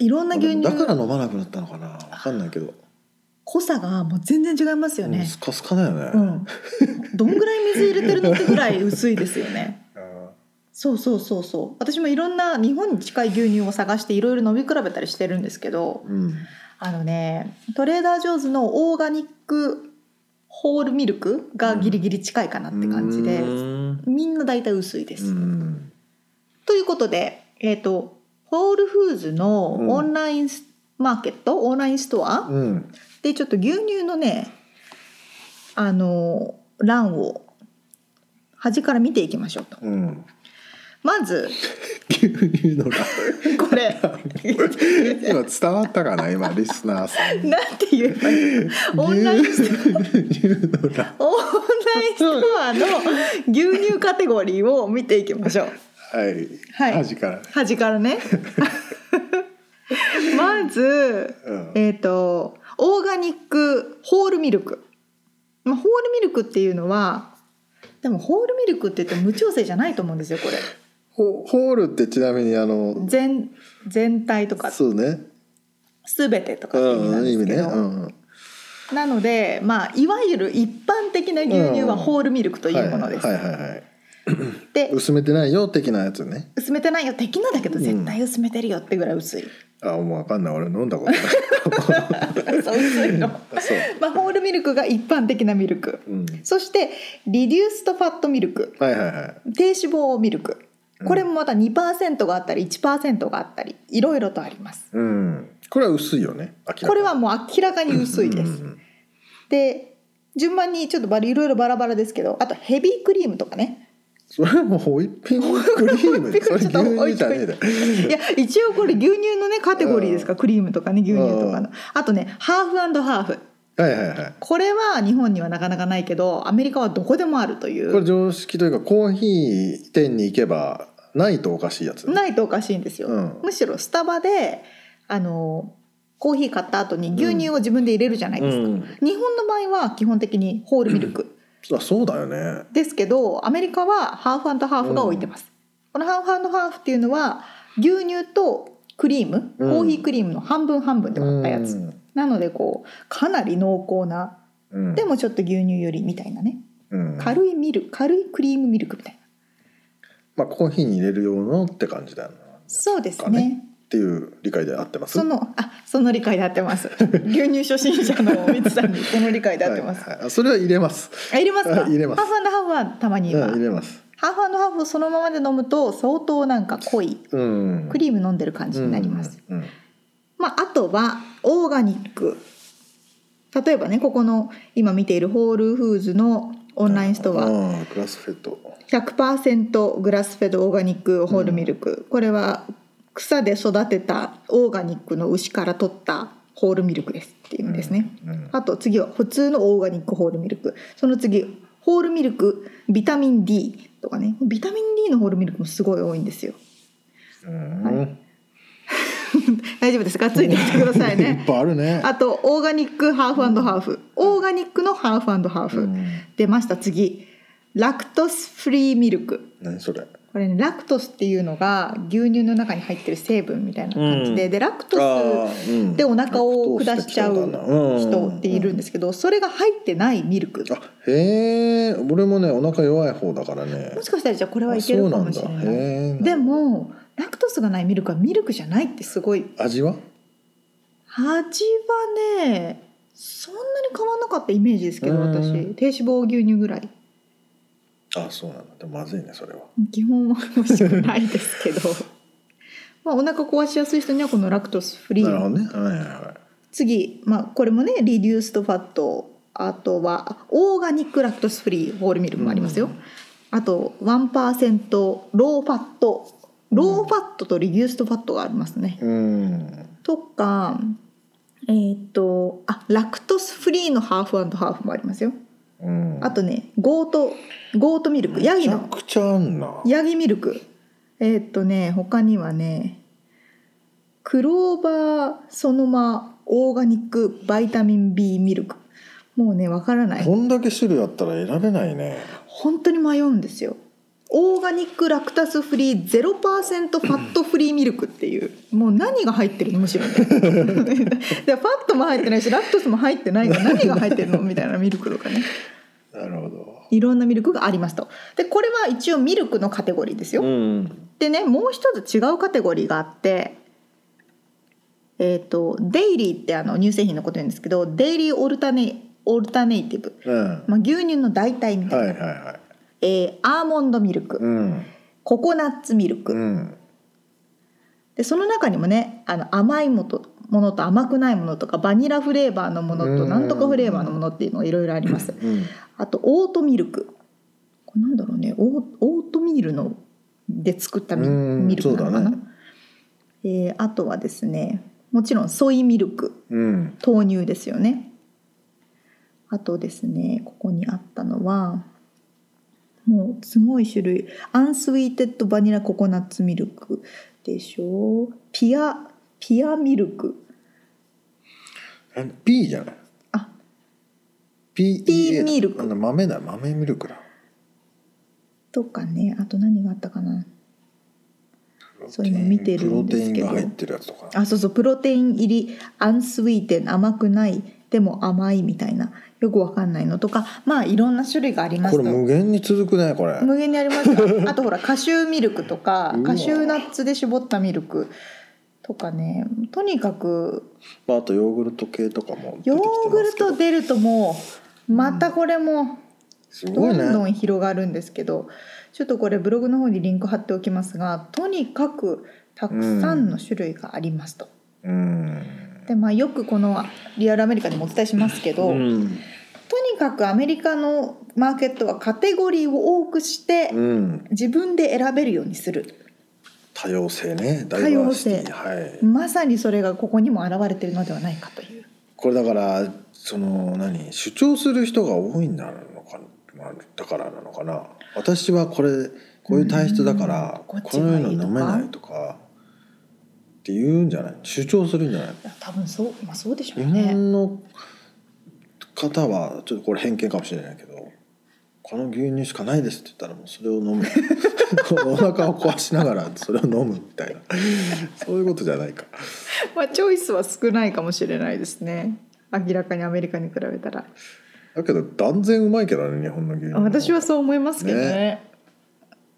[SPEAKER 2] い
[SPEAKER 1] ろんな牛乳
[SPEAKER 2] だから飲まなくなったのかなわかんないけど、
[SPEAKER 1] 濃さがもう全然違いますよ
[SPEAKER 2] うん
[SPEAKER 1] ね
[SPEAKER 2] スカスカだよね、
[SPEAKER 1] うんどんぐらい水入れてるのってぐらい薄いですよねそうそうそうそう私もいろんな日本に近い牛乳を探していろいろ飲み比べたりしてるんですけど
[SPEAKER 2] うん
[SPEAKER 1] あのねトレーダー・ジョーズのオーガニックホールミルクがギリギリ近いかなって感じで、
[SPEAKER 2] うん
[SPEAKER 1] みんな大体薄いです、
[SPEAKER 2] うん
[SPEAKER 1] ということで、えー、とホールフーズの
[SPEAKER 2] うん
[SPEAKER 1] オンラインスマーケット、オンラインストア
[SPEAKER 2] うん
[SPEAKER 1] でちょっと牛乳のねあの欄を端から見ていきましょうと。
[SPEAKER 2] うん
[SPEAKER 1] ま [laughs] ず
[SPEAKER 2] 牛乳のラ
[SPEAKER 1] これ
[SPEAKER 2] 今伝わったかな今リスナー
[SPEAKER 1] [laughs]
[SPEAKER 2] さんに
[SPEAKER 1] なんて言えばいいオンラインス
[SPEAKER 2] 牛牛乳のラ
[SPEAKER 1] オンラインストアの牛乳カテゴリーを見ていきましょう
[SPEAKER 2] はい、
[SPEAKER 1] はい
[SPEAKER 2] 端から、
[SPEAKER 1] 端から [laughs] ねまず
[SPEAKER 2] うん、
[SPEAKER 1] えっ、とオーガニックホールミルク、まあ、ホールミルクっていうのはでもホールミルクって言っても無調整じゃないと思うんですよこれ
[SPEAKER 2] ホホールってちなみにあの
[SPEAKER 1] 全全体とか
[SPEAKER 2] そうね
[SPEAKER 1] 全てとかって意味な
[SPEAKER 2] うんん
[SPEAKER 1] で
[SPEAKER 2] 意
[SPEAKER 1] す
[SPEAKER 2] 味
[SPEAKER 1] け
[SPEAKER 2] ね
[SPEAKER 1] ど、
[SPEAKER 2] うんうん
[SPEAKER 1] なので、まあ、いわゆる一般的な牛乳はホールミルクというものです、
[SPEAKER 2] はいはいはいはい
[SPEAKER 1] で
[SPEAKER 2] 薄めてないよ的なやつね
[SPEAKER 1] 薄めてないよ的なだけど
[SPEAKER 2] うん
[SPEAKER 1] 絶対薄めてるよってぐらい薄い、
[SPEAKER 2] あもうわかんない俺飲んだことない [laughs]
[SPEAKER 1] そう薄いの、
[SPEAKER 2] あそう
[SPEAKER 1] まあ、ホールミルクが一般的なミルク
[SPEAKER 2] うん
[SPEAKER 1] そしてリデューストファットミルク
[SPEAKER 2] はいはいはい
[SPEAKER 1] 低脂肪ミルク
[SPEAKER 2] うん
[SPEAKER 1] これもまた2%があったり1%があったりいろいろとあります
[SPEAKER 2] うんこれは薄いよね明らかに
[SPEAKER 1] これはもう明らかに薄いです、
[SPEAKER 2] うんうんうん
[SPEAKER 1] で順番にちょっとバラいろいろバラバラですけどあとヘビークリームとかね
[SPEAKER 2] それはもうホイッピングクリー
[SPEAKER 1] ホ
[SPEAKER 2] ム
[SPEAKER 1] イッピング
[SPEAKER 2] それ牛
[SPEAKER 1] ちょっと置
[SPEAKER 2] 乳
[SPEAKER 1] い
[SPEAKER 2] じ
[SPEAKER 1] と
[SPEAKER 2] ゃ
[SPEAKER 1] い
[SPEAKER 2] ね
[SPEAKER 1] て
[SPEAKER 2] えだよ
[SPEAKER 1] いや一応これ牛乳のねカテゴリーですか
[SPEAKER 2] う
[SPEAKER 1] クリームとかね牛乳とか
[SPEAKER 2] う
[SPEAKER 1] のあとねハーフハーフ
[SPEAKER 2] はいはいはい
[SPEAKER 1] これは日本にはなかなかないけどアメリカはどこでもあるとい
[SPEAKER 2] これ
[SPEAKER 1] う
[SPEAKER 2] 常識というかコーヒー店に行けばないとおかしいやつね
[SPEAKER 1] ないとおかしいんですよ、
[SPEAKER 2] うん
[SPEAKER 1] むしろスタバであのコーヒー買った後に牛乳を自分で入れるじゃないですか、
[SPEAKER 2] うん
[SPEAKER 1] 日本の場合は基本的にホールミルク
[SPEAKER 2] あそうだよね
[SPEAKER 1] ですけどアメリカはハーフハーフが置いてます、このハーフハーフっていうのは牛乳とクリーム、
[SPEAKER 2] うん
[SPEAKER 1] コーヒークリームの半分半分で割ったやつ、
[SPEAKER 2] うん
[SPEAKER 1] なのでこうかなり濃厚な
[SPEAKER 2] うん
[SPEAKER 1] でもちょっと牛乳よりみたいなね
[SPEAKER 2] うん
[SPEAKER 1] 軽いミル軽いクリームミルクみたいな
[SPEAKER 2] まあコーヒーに入れる用のって感じだよなっ
[SPEAKER 1] そうです
[SPEAKER 2] か
[SPEAKER 1] ね
[SPEAKER 2] ねていう理解で合ってます
[SPEAKER 1] そのあその理解で合ってます牛乳初心者の三つさんにその理解で合ってます、
[SPEAKER 2] はいはいあそれは入れます
[SPEAKER 1] あ入れますか
[SPEAKER 2] あ入れます
[SPEAKER 1] ハーフハーフはたま
[SPEAKER 2] う
[SPEAKER 1] に
[SPEAKER 2] ん
[SPEAKER 1] 今
[SPEAKER 2] 入れます
[SPEAKER 1] ハーフハーフをそのままで飲むと相当なんか濃い
[SPEAKER 2] うん
[SPEAKER 1] クリーム飲んでる感じになります、
[SPEAKER 2] うんうん
[SPEAKER 1] まあ、あとはオーガニック例えばねここの今見ているホールフーズのオンラインストア
[SPEAKER 2] あークラスフェット
[SPEAKER 1] 100%グラスフェッドオーガニックホールミルク、これは草で育てたオーガニックの牛から取ったホールミルクですっていうんですね、
[SPEAKER 2] うん
[SPEAKER 1] あと次は普通のオーガニックホールミルクその次ホールミルクビタミン D とかねビタミン D のホールミルクもすごい多いんですよ
[SPEAKER 2] うん
[SPEAKER 1] は大丈夫ですかついてきてください
[SPEAKER 2] [laughs] い
[SPEAKER 1] ね
[SPEAKER 2] っぱいあるね
[SPEAKER 1] あとオーガニックハーフハーフオーガニックのハーフハーフ、
[SPEAKER 2] うん
[SPEAKER 1] 出ました次ラクトスフリーミルク
[SPEAKER 2] 何それ
[SPEAKER 1] これねラクトスっていうのが牛乳の中に入ってる成分みたいな感じで、
[SPEAKER 2] うん
[SPEAKER 1] でラクト
[SPEAKER 2] あーうん
[SPEAKER 1] スでお腹を
[SPEAKER 2] ラ
[SPEAKER 1] 下
[SPEAKER 2] クトス
[SPEAKER 1] しちゃう人っているんですすけどそれが入ってないミルク
[SPEAKER 2] あへえ俺もねお腹弱い方だからね
[SPEAKER 1] もしかしたらじゃあこれ
[SPEAKER 2] あ
[SPEAKER 1] はいけるかもしれ
[SPEAKER 2] そう
[SPEAKER 1] なんい
[SPEAKER 2] だへー
[SPEAKER 1] でもラクトスがないミルクはミルクじゃないってすごい
[SPEAKER 2] 味は
[SPEAKER 1] 味はねそんなに変わんなかったイメージですけど
[SPEAKER 2] うん
[SPEAKER 1] 私低脂肪牛乳ぐらい
[SPEAKER 2] あそうなんだでもまずいねそれは
[SPEAKER 1] 基本は美味しくないですけど
[SPEAKER 2] [laughs]
[SPEAKER 1] まあお腹壊しやすい人にはこのラクトスフリ
[SPEAKER 2] なるほど
[SPEAKER 1] ー
[SPEAKER 2] ねはいはいは
[SPEAKER 1] 次、まあ、これもねリデューストファットあとはオーガニックラクトスフリーホールミルクもありますよ、
[SPEAKER 2] うん
[SPEAKER 1] あと1%ローファットローファットとリデューストファットがありますね、
[SPEAKER 2] いうん
[SPEAKER 1] とかえーっ、とあラクトスフリーのハーフハーフもありますよ
[SPEAKER 2] うん
[SPEAKER 1] あとねゴートゴートミルクヤギ
[SPEAKER 2] めちゃ
[SPEAKER 1] の
[SPEAKER 2] くちゃあんな
[SPEAKER 1] ヤギミルクえーっ、とね他にはねクローバーそのまオーガニックバイタミン B ミルクもうねわからない
[SPEAKER 2] こんだけ種類あったら選べないね
[SPEAKER 1] 本当に迷うんですよオーガニックラクタスフリー0%ファットフリーミルクっていうもう何が入ってるのむしろみたいなでファットも入ってないしラクトスも入ってないが何が入ってるのみたいなミルクとかね
[SPEAKER 2] なるほど
[SPEAKER 1] いろんなミルクがありますとでこれは一応ミルクのカテゴリーですよ、
[SPEAKER 2] うん
[SPEAKER 1] でねもう一つ違うカテゴリーがあってえっ、とデイリーってあの乳製品のこと言うんですけどデイリーオルタネオルタネイティブ、
[SPEAKER 2] うん
[SPEAKER 1] まあ、牛乳の代替みたいな
[SPEAKER 2] はいはいはい
[SPEAKER 1] えーアーモンドミルク、
[SPEAKER 2] うん
[SPEAKER 1] ココナッツミルク、
[SPEAKER 2] うん
[SPEAKER 1] でその中にもねあの甘いもとものと甘くないものとかバニラフレーバーのもの
[SPEAKER 2] う
[SPEAKER 1] と
[SPEAKER 2] ん
[SPEAKER 1] なんとかフレーバーのものっていうのがいろいろあります
[SPEAKER 2] うん
[SPEAKER 1] あとオートミルクこれなんだろうねオーオートミールので作ったミ
[SPEAKER 2] うん
[SPEAKER 1] ミルクなのか
[SPEAKER 2] そ
[SPEAKER 1] な、
[SPEAKER 2] うだね
[SPEAKER 1] えーあとはですねもちろんソイミルク
[SPEAKER 2] うん
[SPEAKER 1] 豆乳ですよねあとですねここにあったのはもうすごい種類アンスイーテッドバニラココナッツミルクでしょピアピアミルク
[SPEAKER 2] え P じゃない
[SPEAKER 1] あ
[SPEAKER 2] P
[SPEAKER 1] P ミルク
[SPEAKER 2] 豆だ豆ミルクだ
[SPEAKER 1] とかねあと何があったかなそう今見てるんですけど
[SPEAKER 2] プロテインが入ってるやつとか
[SPEAKER 1] あそうそうプロテイン入りアンスイーテン甘くないでも甘いみたいなよくわかんないのとかまあいろんな種類がありま
[SPEAKER 2] こ
[SPEAKER 1] す
[SPEAKER 2] れ
[SPEAKER 1] と
[SPEAKER 2] 無限に続くねこれ
[SPEAKER 1] 無限にあり
[SPEAKER 2] [laughs]
[SPEAKER 1] ますよあとほらカシューミルクとか
[SPEAKER 2] うわ
[SPEAKER 1] カシューナッツで絞ったミルクとかねとにかく
[SPEAKER 2] まああとヨーグルト系とかも出
[SPEAKER 1] ヨ
[SPEAKER 2] てきて
[SPEAKER 1] ーグ
[SPEAKER 2] ます
[SPEAKER 1] ル
[SPEAKER 2] けど
[SPEAKER 1] ト出るともうまたこれも
[SPEAKER 2] す
[SPEAKER 1] ど
[SPEAKER 2] ごい
[SPEAKER 1] んど
[SPEAKER 2] ね
[SPEAKER 1] ん広がるんですけど、ちょっとこれブログの方にリンク貼っておきますがとにかくたくさんの種類がありますと。
[SPEAKER 2] うん
[SPEAKER 1] でまあ、よくこのリアルアメリカでもお伝えしますけど、
[SPEAKER 2] うん
[SPEAKER 1] とにかくアメリカのマーケットはカテゴリーを多くして
[SPEAKER 2] うん
[SPEAKER 1] 自分で選べるようにする
[SPEAKER 2] 多様性ねダ
[SPEAKER 1] 多
[SPEAKER 2] イバー
[SPEAKER 1] 様
[SPEAKER 2] シテ
[SPEAKER 1] 性
[SPEAKER 2] ィはい
[SPEAKER 1] まさにそれがここにも現れてるのではないかという
[SPEAKER 2] これだからその何主張する人が多いんだのかなだからなのかな私はこれこういう体質だから
[SPEAKER 1] うん
[SPEAKER 2] このようなの飲め
[SPEAKER 1] こっちが
[SPEAKER 2] ないい
[SPEAKER 1] い
[SPEAKER 2] とかって言うんじゃない主張するんじゃない
[SPEAKER 1] いや多分そうまあそうでしょ
[SPEAKER 2] 日
[SPEAKER 1] うね
[SPEAKER 2] 本の方はちょっとこれ偏見かもしれないけどこの牛乳しかないですって言ったらもうそれを
[SPEAKER 1] [laughs]
[SPEAKER 2] 飲むこのお腹を壊しながらそれを飲むみたいなそういうことじゃないか
[SPEAKER 1] [laughs] まあチョイスは少ないかもしれないですね明らかにアメリカに比べたら
[SPEAKER 2] だけど断然うまいけどね日本の牛乳
[SPEAKER 1] 私はそう思いますけどね
[SPEAKER 2] ね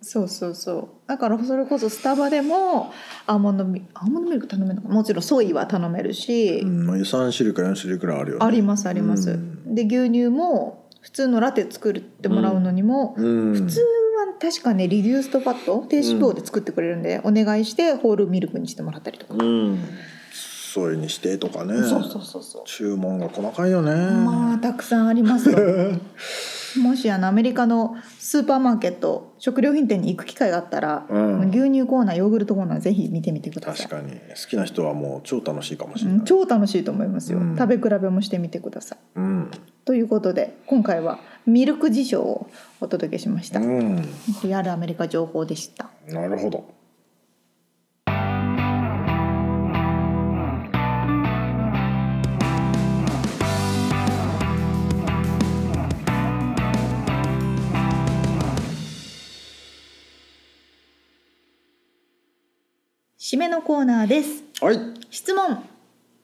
[SPEAKER 1] そうそうそうだからそれこそスタバでもアーモンドミアーモンドミルク頼めるのかもちろんソイは頼めるし、
[SPEAKER 2] うん、まあ3種類か4種類くらいあるよね
[SPEAKER 1] ありますあります、
[SPEAKER 2] うん
[SPEAKER 1] で牛乳も普通のラテ作ってもらうのにも、
[SPEAKER 2] うん、
[SPEAKER 1] 普通は確かねリデューストファット低脂肪で作ってくれるんで、お願いしてホールミルクにしてもらったりとか、
[SPEAKER 2] うんそれにしてとかね
[SPEAKER 1] そうそうそうそう
[SPEAKER 2] 注文が細かいよね
[SPEAKER 1] まあたくさんあり
[SPEAKER 2] [laughs]
[SPEAKER 1] ますよもしあのアメリカのスーパーマーケット食料品店に行く機会があったら、
[SPEAKER 2] うん
[SPEAKER 1] 牛乳コーナーヨーグルトコーナーぜひ見てみてください
[SPEAKER 2] 確かに好きな人はもう超楽しいかもしれ
[SPEAKER 1] う
[SPEAKER 2] ない、
[SPEAKER 1] ん超楽しいと思いますよ、
[SPEAKER 2] うん
[SPEAKER 1] 食べ比べもしてみてください
[SPEAKER 2] うん
[SPEAKER 1] ということで今回はミルク事情をお届けしました、
[SPEAKER 2] うん、
[SPEAKER 1] リアルアメリカ情報でした
[SPEAKER 2] なるほど
[SPEAKER 1] 締めのコーナーです
[SPEAKER 2] はい
[SPEAKER 1] 質問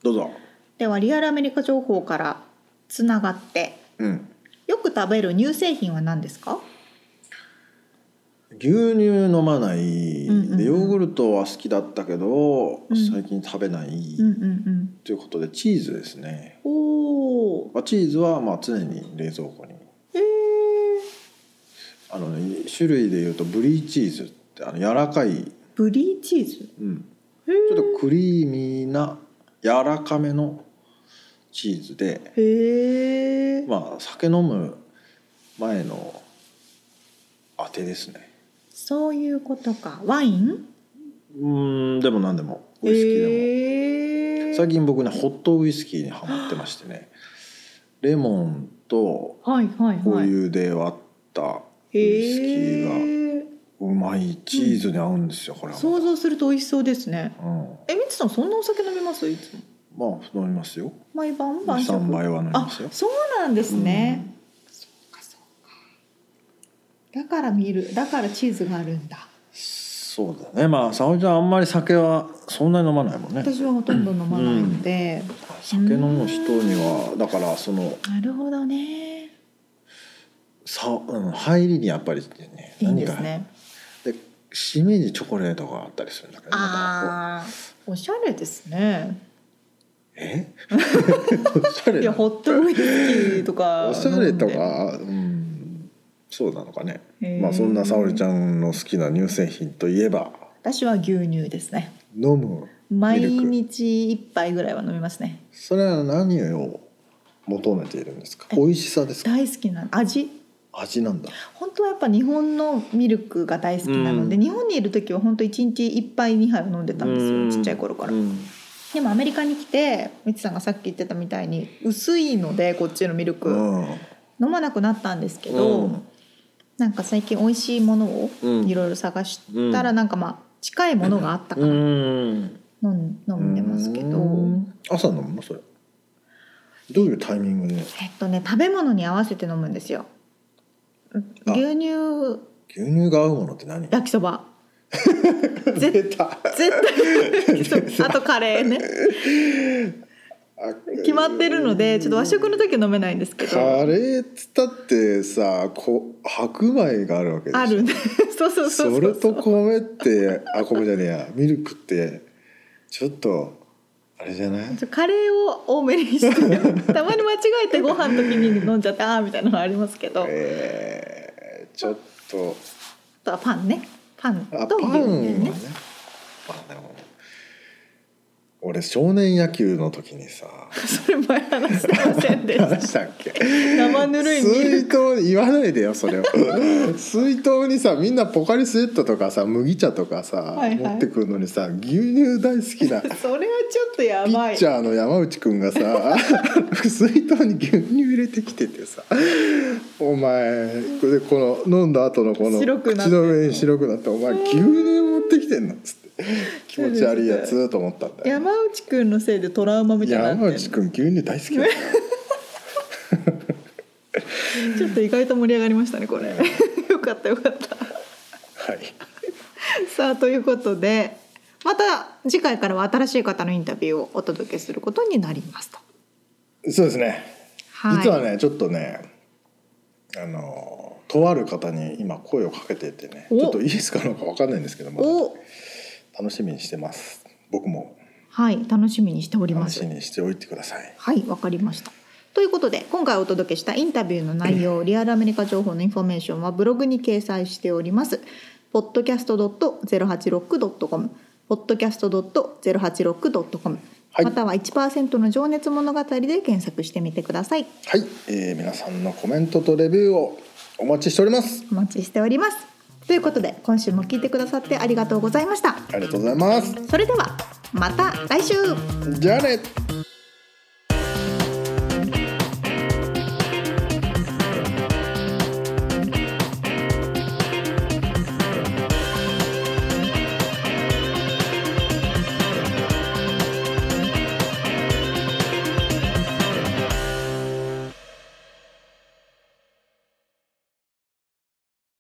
[SPEAKER 2] どうぞ
[SPEAKER 1] ではリアルアメリカ情報からつながって
[SPEAKER 2] うん
[SPEAKER 1] よく食べる乳製品は何ですか
[SPEAKER 2] 牛乳飲まない、
[SPEAKER 1] うんうんうん
[SPEAKER 2] でヨーグルトは好きだったけど、
[SPEAKER 1] うん
[SPEAKER 2] 最近食べない、
[SPEAKER 1] うんうんうん
[SPEAKER 2] ということでチーズですね、
[SPEAKER 1] おー
[SPEAKER 2] まあ、チーズはまあ常に冷蔵庫に
[SPEAKER 1] へー
[SPEAKER 2] あの、ね、種類でいうとブリーチーズってあの柔らかい、
[SPEAKER 1] ブリーチーズ
[SPEAKER 2] うん、
[SPEAKER 1] へ
[SPEAKER 2] ち
[SPEAKER 1] ー
[SPEAKER 2] ょっとクリーミーな柔らかめのチーズで、
[SPEAKER 1] へー
[SPEAKER 2] まあ、酒飲む前のあてですね
[SPEAKER 1] そういうことかワイン
[SPEAKER 2] うんでも何でもウイスキーでも、
[SPEAKER 1] へー
[SPEAKER 2] 最近僕ねホットウイスキーにハマってましてねレモンと
[SPEAKER 1] はいはいはい
[SPEAKER 2] お湯で割ったウイスキーが
[SPEAKER 1] へー
[SPEAKER 2] うまいチーズに合うんですよこれは、
[SPEAKER 1] 想像すると美味しそうですね
[SPEAKER 2] うん、
[SPEAKER 1] えみつさんそんなお酒飲みますいつも
[SPEAKER 2] まあ飲みますよ
[SPEAKER 1] 毎晩晩酌
[SPEAKER 2] 23杯は飲み
[SPEAKER 1] あ
[SPEAKER 2] ますよ
[SPEAKER 1] そうなんですね、そうかそうかだから見るだからチーズがあるんだ
[SPEAKER 2] そうだねまあ沙織ちゃんあんまり酒はそんなに飲まないもんね
[SPEAKER 1] 私はほとんど飲まないので、
[SPEAKER 2] 酒飲む人にはだからその
[SPEAKER 1] なるほどね
[SPEAKER 2] さ、うん、入りにやっぱりね
[SPEAKER 1] いいん
[SPEAKER 2] 何
[SPEAKER 1] で
[SPEAKER 2] が
[SPEAKER 1] すね
[SPEAKER 2] で締めにチョコレートがあったりするんだけどねまたこう
[SPEAKER 1] ああおしゃれですね
[SPEAKER 2] え
[SPEAKER 1] [laughs]
[SPEAKER 2] おしゃれ
[SPEAKER 1] いやホットウイスキーとか
[SPEAKER 2] おしゃれと
[SPEAKER 1] 飲んで
[SPEAKER 2] かうんそうなのかね
[SPEAKER 1] へー
[SPEAKER 2] まあそんな沙織ちゃんの好きな乳製品といえば
[SPEAKER 1] 私は牛乳ですね
[SPEAKER 2] 飲む
[SPEAKER 1] 毎
[SPEAKER 2] ミルク
[SPEAKER 1] 日一杯ぐらいは飲みますね
[SPEAKER 2] それは何を求めているんですか美味しさですか
[SPEAKER 1] 大好きな味
[SPEAKER 2] 味なんだ
[SPEAKER 1] 本当はやっぱ日本のミルクが大好きなので、
[SPEAKER 3] うん
[SPEAKER 1] 日本にいる時は本当一日1杯2杯を飲んでたんです
[SPEAKER 3] う
[SPEAKER 1] よ
[SPEAKER 3] ん
[SPEAKER 1] ちっちゃい頃から、
[SPEAKER 2] うん
[SPEAKER 1] でもアメリカに来てみつさんがさっき言ってたみたいに薄いのでこっちのミルク、
[SPEAKER 2] うん
[SPEAKER 1] 飲まなくなったんですけど、なんか最近美味しいものを
[SPEAKER 2] うん
[SPEAKER 1] いろいろ探したらなんかまあ近いものがあったか
[SPEAKER 2] う
[SPEAKER 1] ら
[SPEAKER 2] ん
[SPEAKER 1] 飲ん飲んでますけど、
[SPEAKER 2] うん朝飲むのそれどういうタイミングで
[SPEAKER 1] えっとね食べ物に合わせて飲むんですよ
[SPEAKER 2] あ
[SPEAKER 1] 牛乳
[SPEAKER 2] 牛乳が合うものって何
[SPEAKER 1] 焼きそば
[SPEAKER 2] 出た
[SPEAKER 1] 絶
[SPEAKER 2] [laughs]
[SPEAKER 1] 対そうあとカレーね決まってるのでちょっと和食の時は飲めないんですけど
[SPEAKER 2] カレーっつったってさこ白米があるわけでしょ
[SPEAKER 1] あるね [laughs] そうそうそう
[SPEAKER 2] そうれ
[SPEAKER 1] う
[SPEAKER 2] と米ってあ米じゃねえやミルクってちょっとあれじゃない
[SPEAKER 1] ちょカレーを多めに
[SPEAKER 2] [laughs]
[SPEAKER 1] してたまに間違えてご飯の時に飲んじゃってあーみたいなのはありますけどあ
[SPEAKER 2] えー、ちょっと
[SPEAKER 1] とはパンねパン
[SPEAKER 2] あ
[SPEAKER 1] と
[SPEAKER 2] パンは
[SPEAKER 1] 牛乳
[SPEAKER 2] ね
[SPEAKER 1] ね
[SPEAKER 2] パンでも俺少年野球の時にさ
[SPEAKER 1] それ前話してませんで
[SPEAKER 2] 話
[SPEAKER 1] し
[SPEAKER 2] したっけ
[SPEAKER 1] た生ぬるいミル
[SPEAKER 2] [laughs] 水筒言わないで
[SPEAKER 1] [laughs]
[SPEAKER 2] よそれを水筒にさみんなポカリスエットとかさ麦茶とかさ、
[SPEAKER 1] いはい
[SPEAKER 2] 持ってくるのにさ牛乳大好きな
[SPEAKER 1] クそれはちょっとや
[SPEAKER 2] ピ
[SPEAKER 1] ば
[SPEAKER 2] ッ
[SPEAKER 1] い
[SPEAKER 2] チャーの山内くん
[SPEAKER 1] [laughs]
[SPEAKER 2] がさ水筒に牛乳入れてきててさ「お前これでこの飲んだ後のこの
[SPEAKER 1] 白くなって
[SPEAKER 2] 口の上に白くなってお前牛乳持ってきてんの」っ
[SPEAKER 1] [laughs]
[SPEAKER 2] つって気持ち悪いやつと思ったんだよ
[SPEAKER 1] 山内くんのせいでトラウマみたいになって
[SPEAKER 2] 山
[SPEAKER 1] る
[SPEAKER 2] 内くん牛乳大好きだよ
[SPEAKER 1] ちょっと意外と盛り上がりましたねこ
[SPEAKER 2] [laughs]
[SPEAKER 1] れよかったよかった [laughs]
[SPEAKER 2] はい
[SPEAKER 1] さあということでまた次回からは新しい方のインタビューをお届けすることになりますと。
[SPEAKER 2] そうですね
[SPEAKER 1] はい、
[SPEAKER 2] 実はねちょっとねあのとある方に今声をかけててねち
[SPEAKER 1] お
[SPEAKER 2] ょっといいですかなんかわかんないんですけどまだ
[SPEAKER 1] お
[SPEAKER 2] 楽しみにしてます僕も
[SPEAKER 1] はい楽しみにしておりま
[SPEAKER 2] 楽
[SPEAKER 1] す
[SPEAKER 2] し。みにしておいてください
[SPEAKER 1] はいわかりましたということで今回お届けしたインタビューの内容リアルアメリカ情報のインフォメーションはブログに掲載しております podcast.086.com podcast.086.com
[SPEAKER 2] はい
[SPEAKER 1] または1%の情熱物語で検索してみてください
[SPEAKER 2] はい、えー皆さんのコメントとレビューをお待ちしております。
[SPEAKER 1] お待ちしておりますということで今週も聞いてくださってありがとうございました
[SPEAKER 2] ありがとうございます。
[SPEAKER 1] それではまた来週
[SPEAKER 2] じゃあね。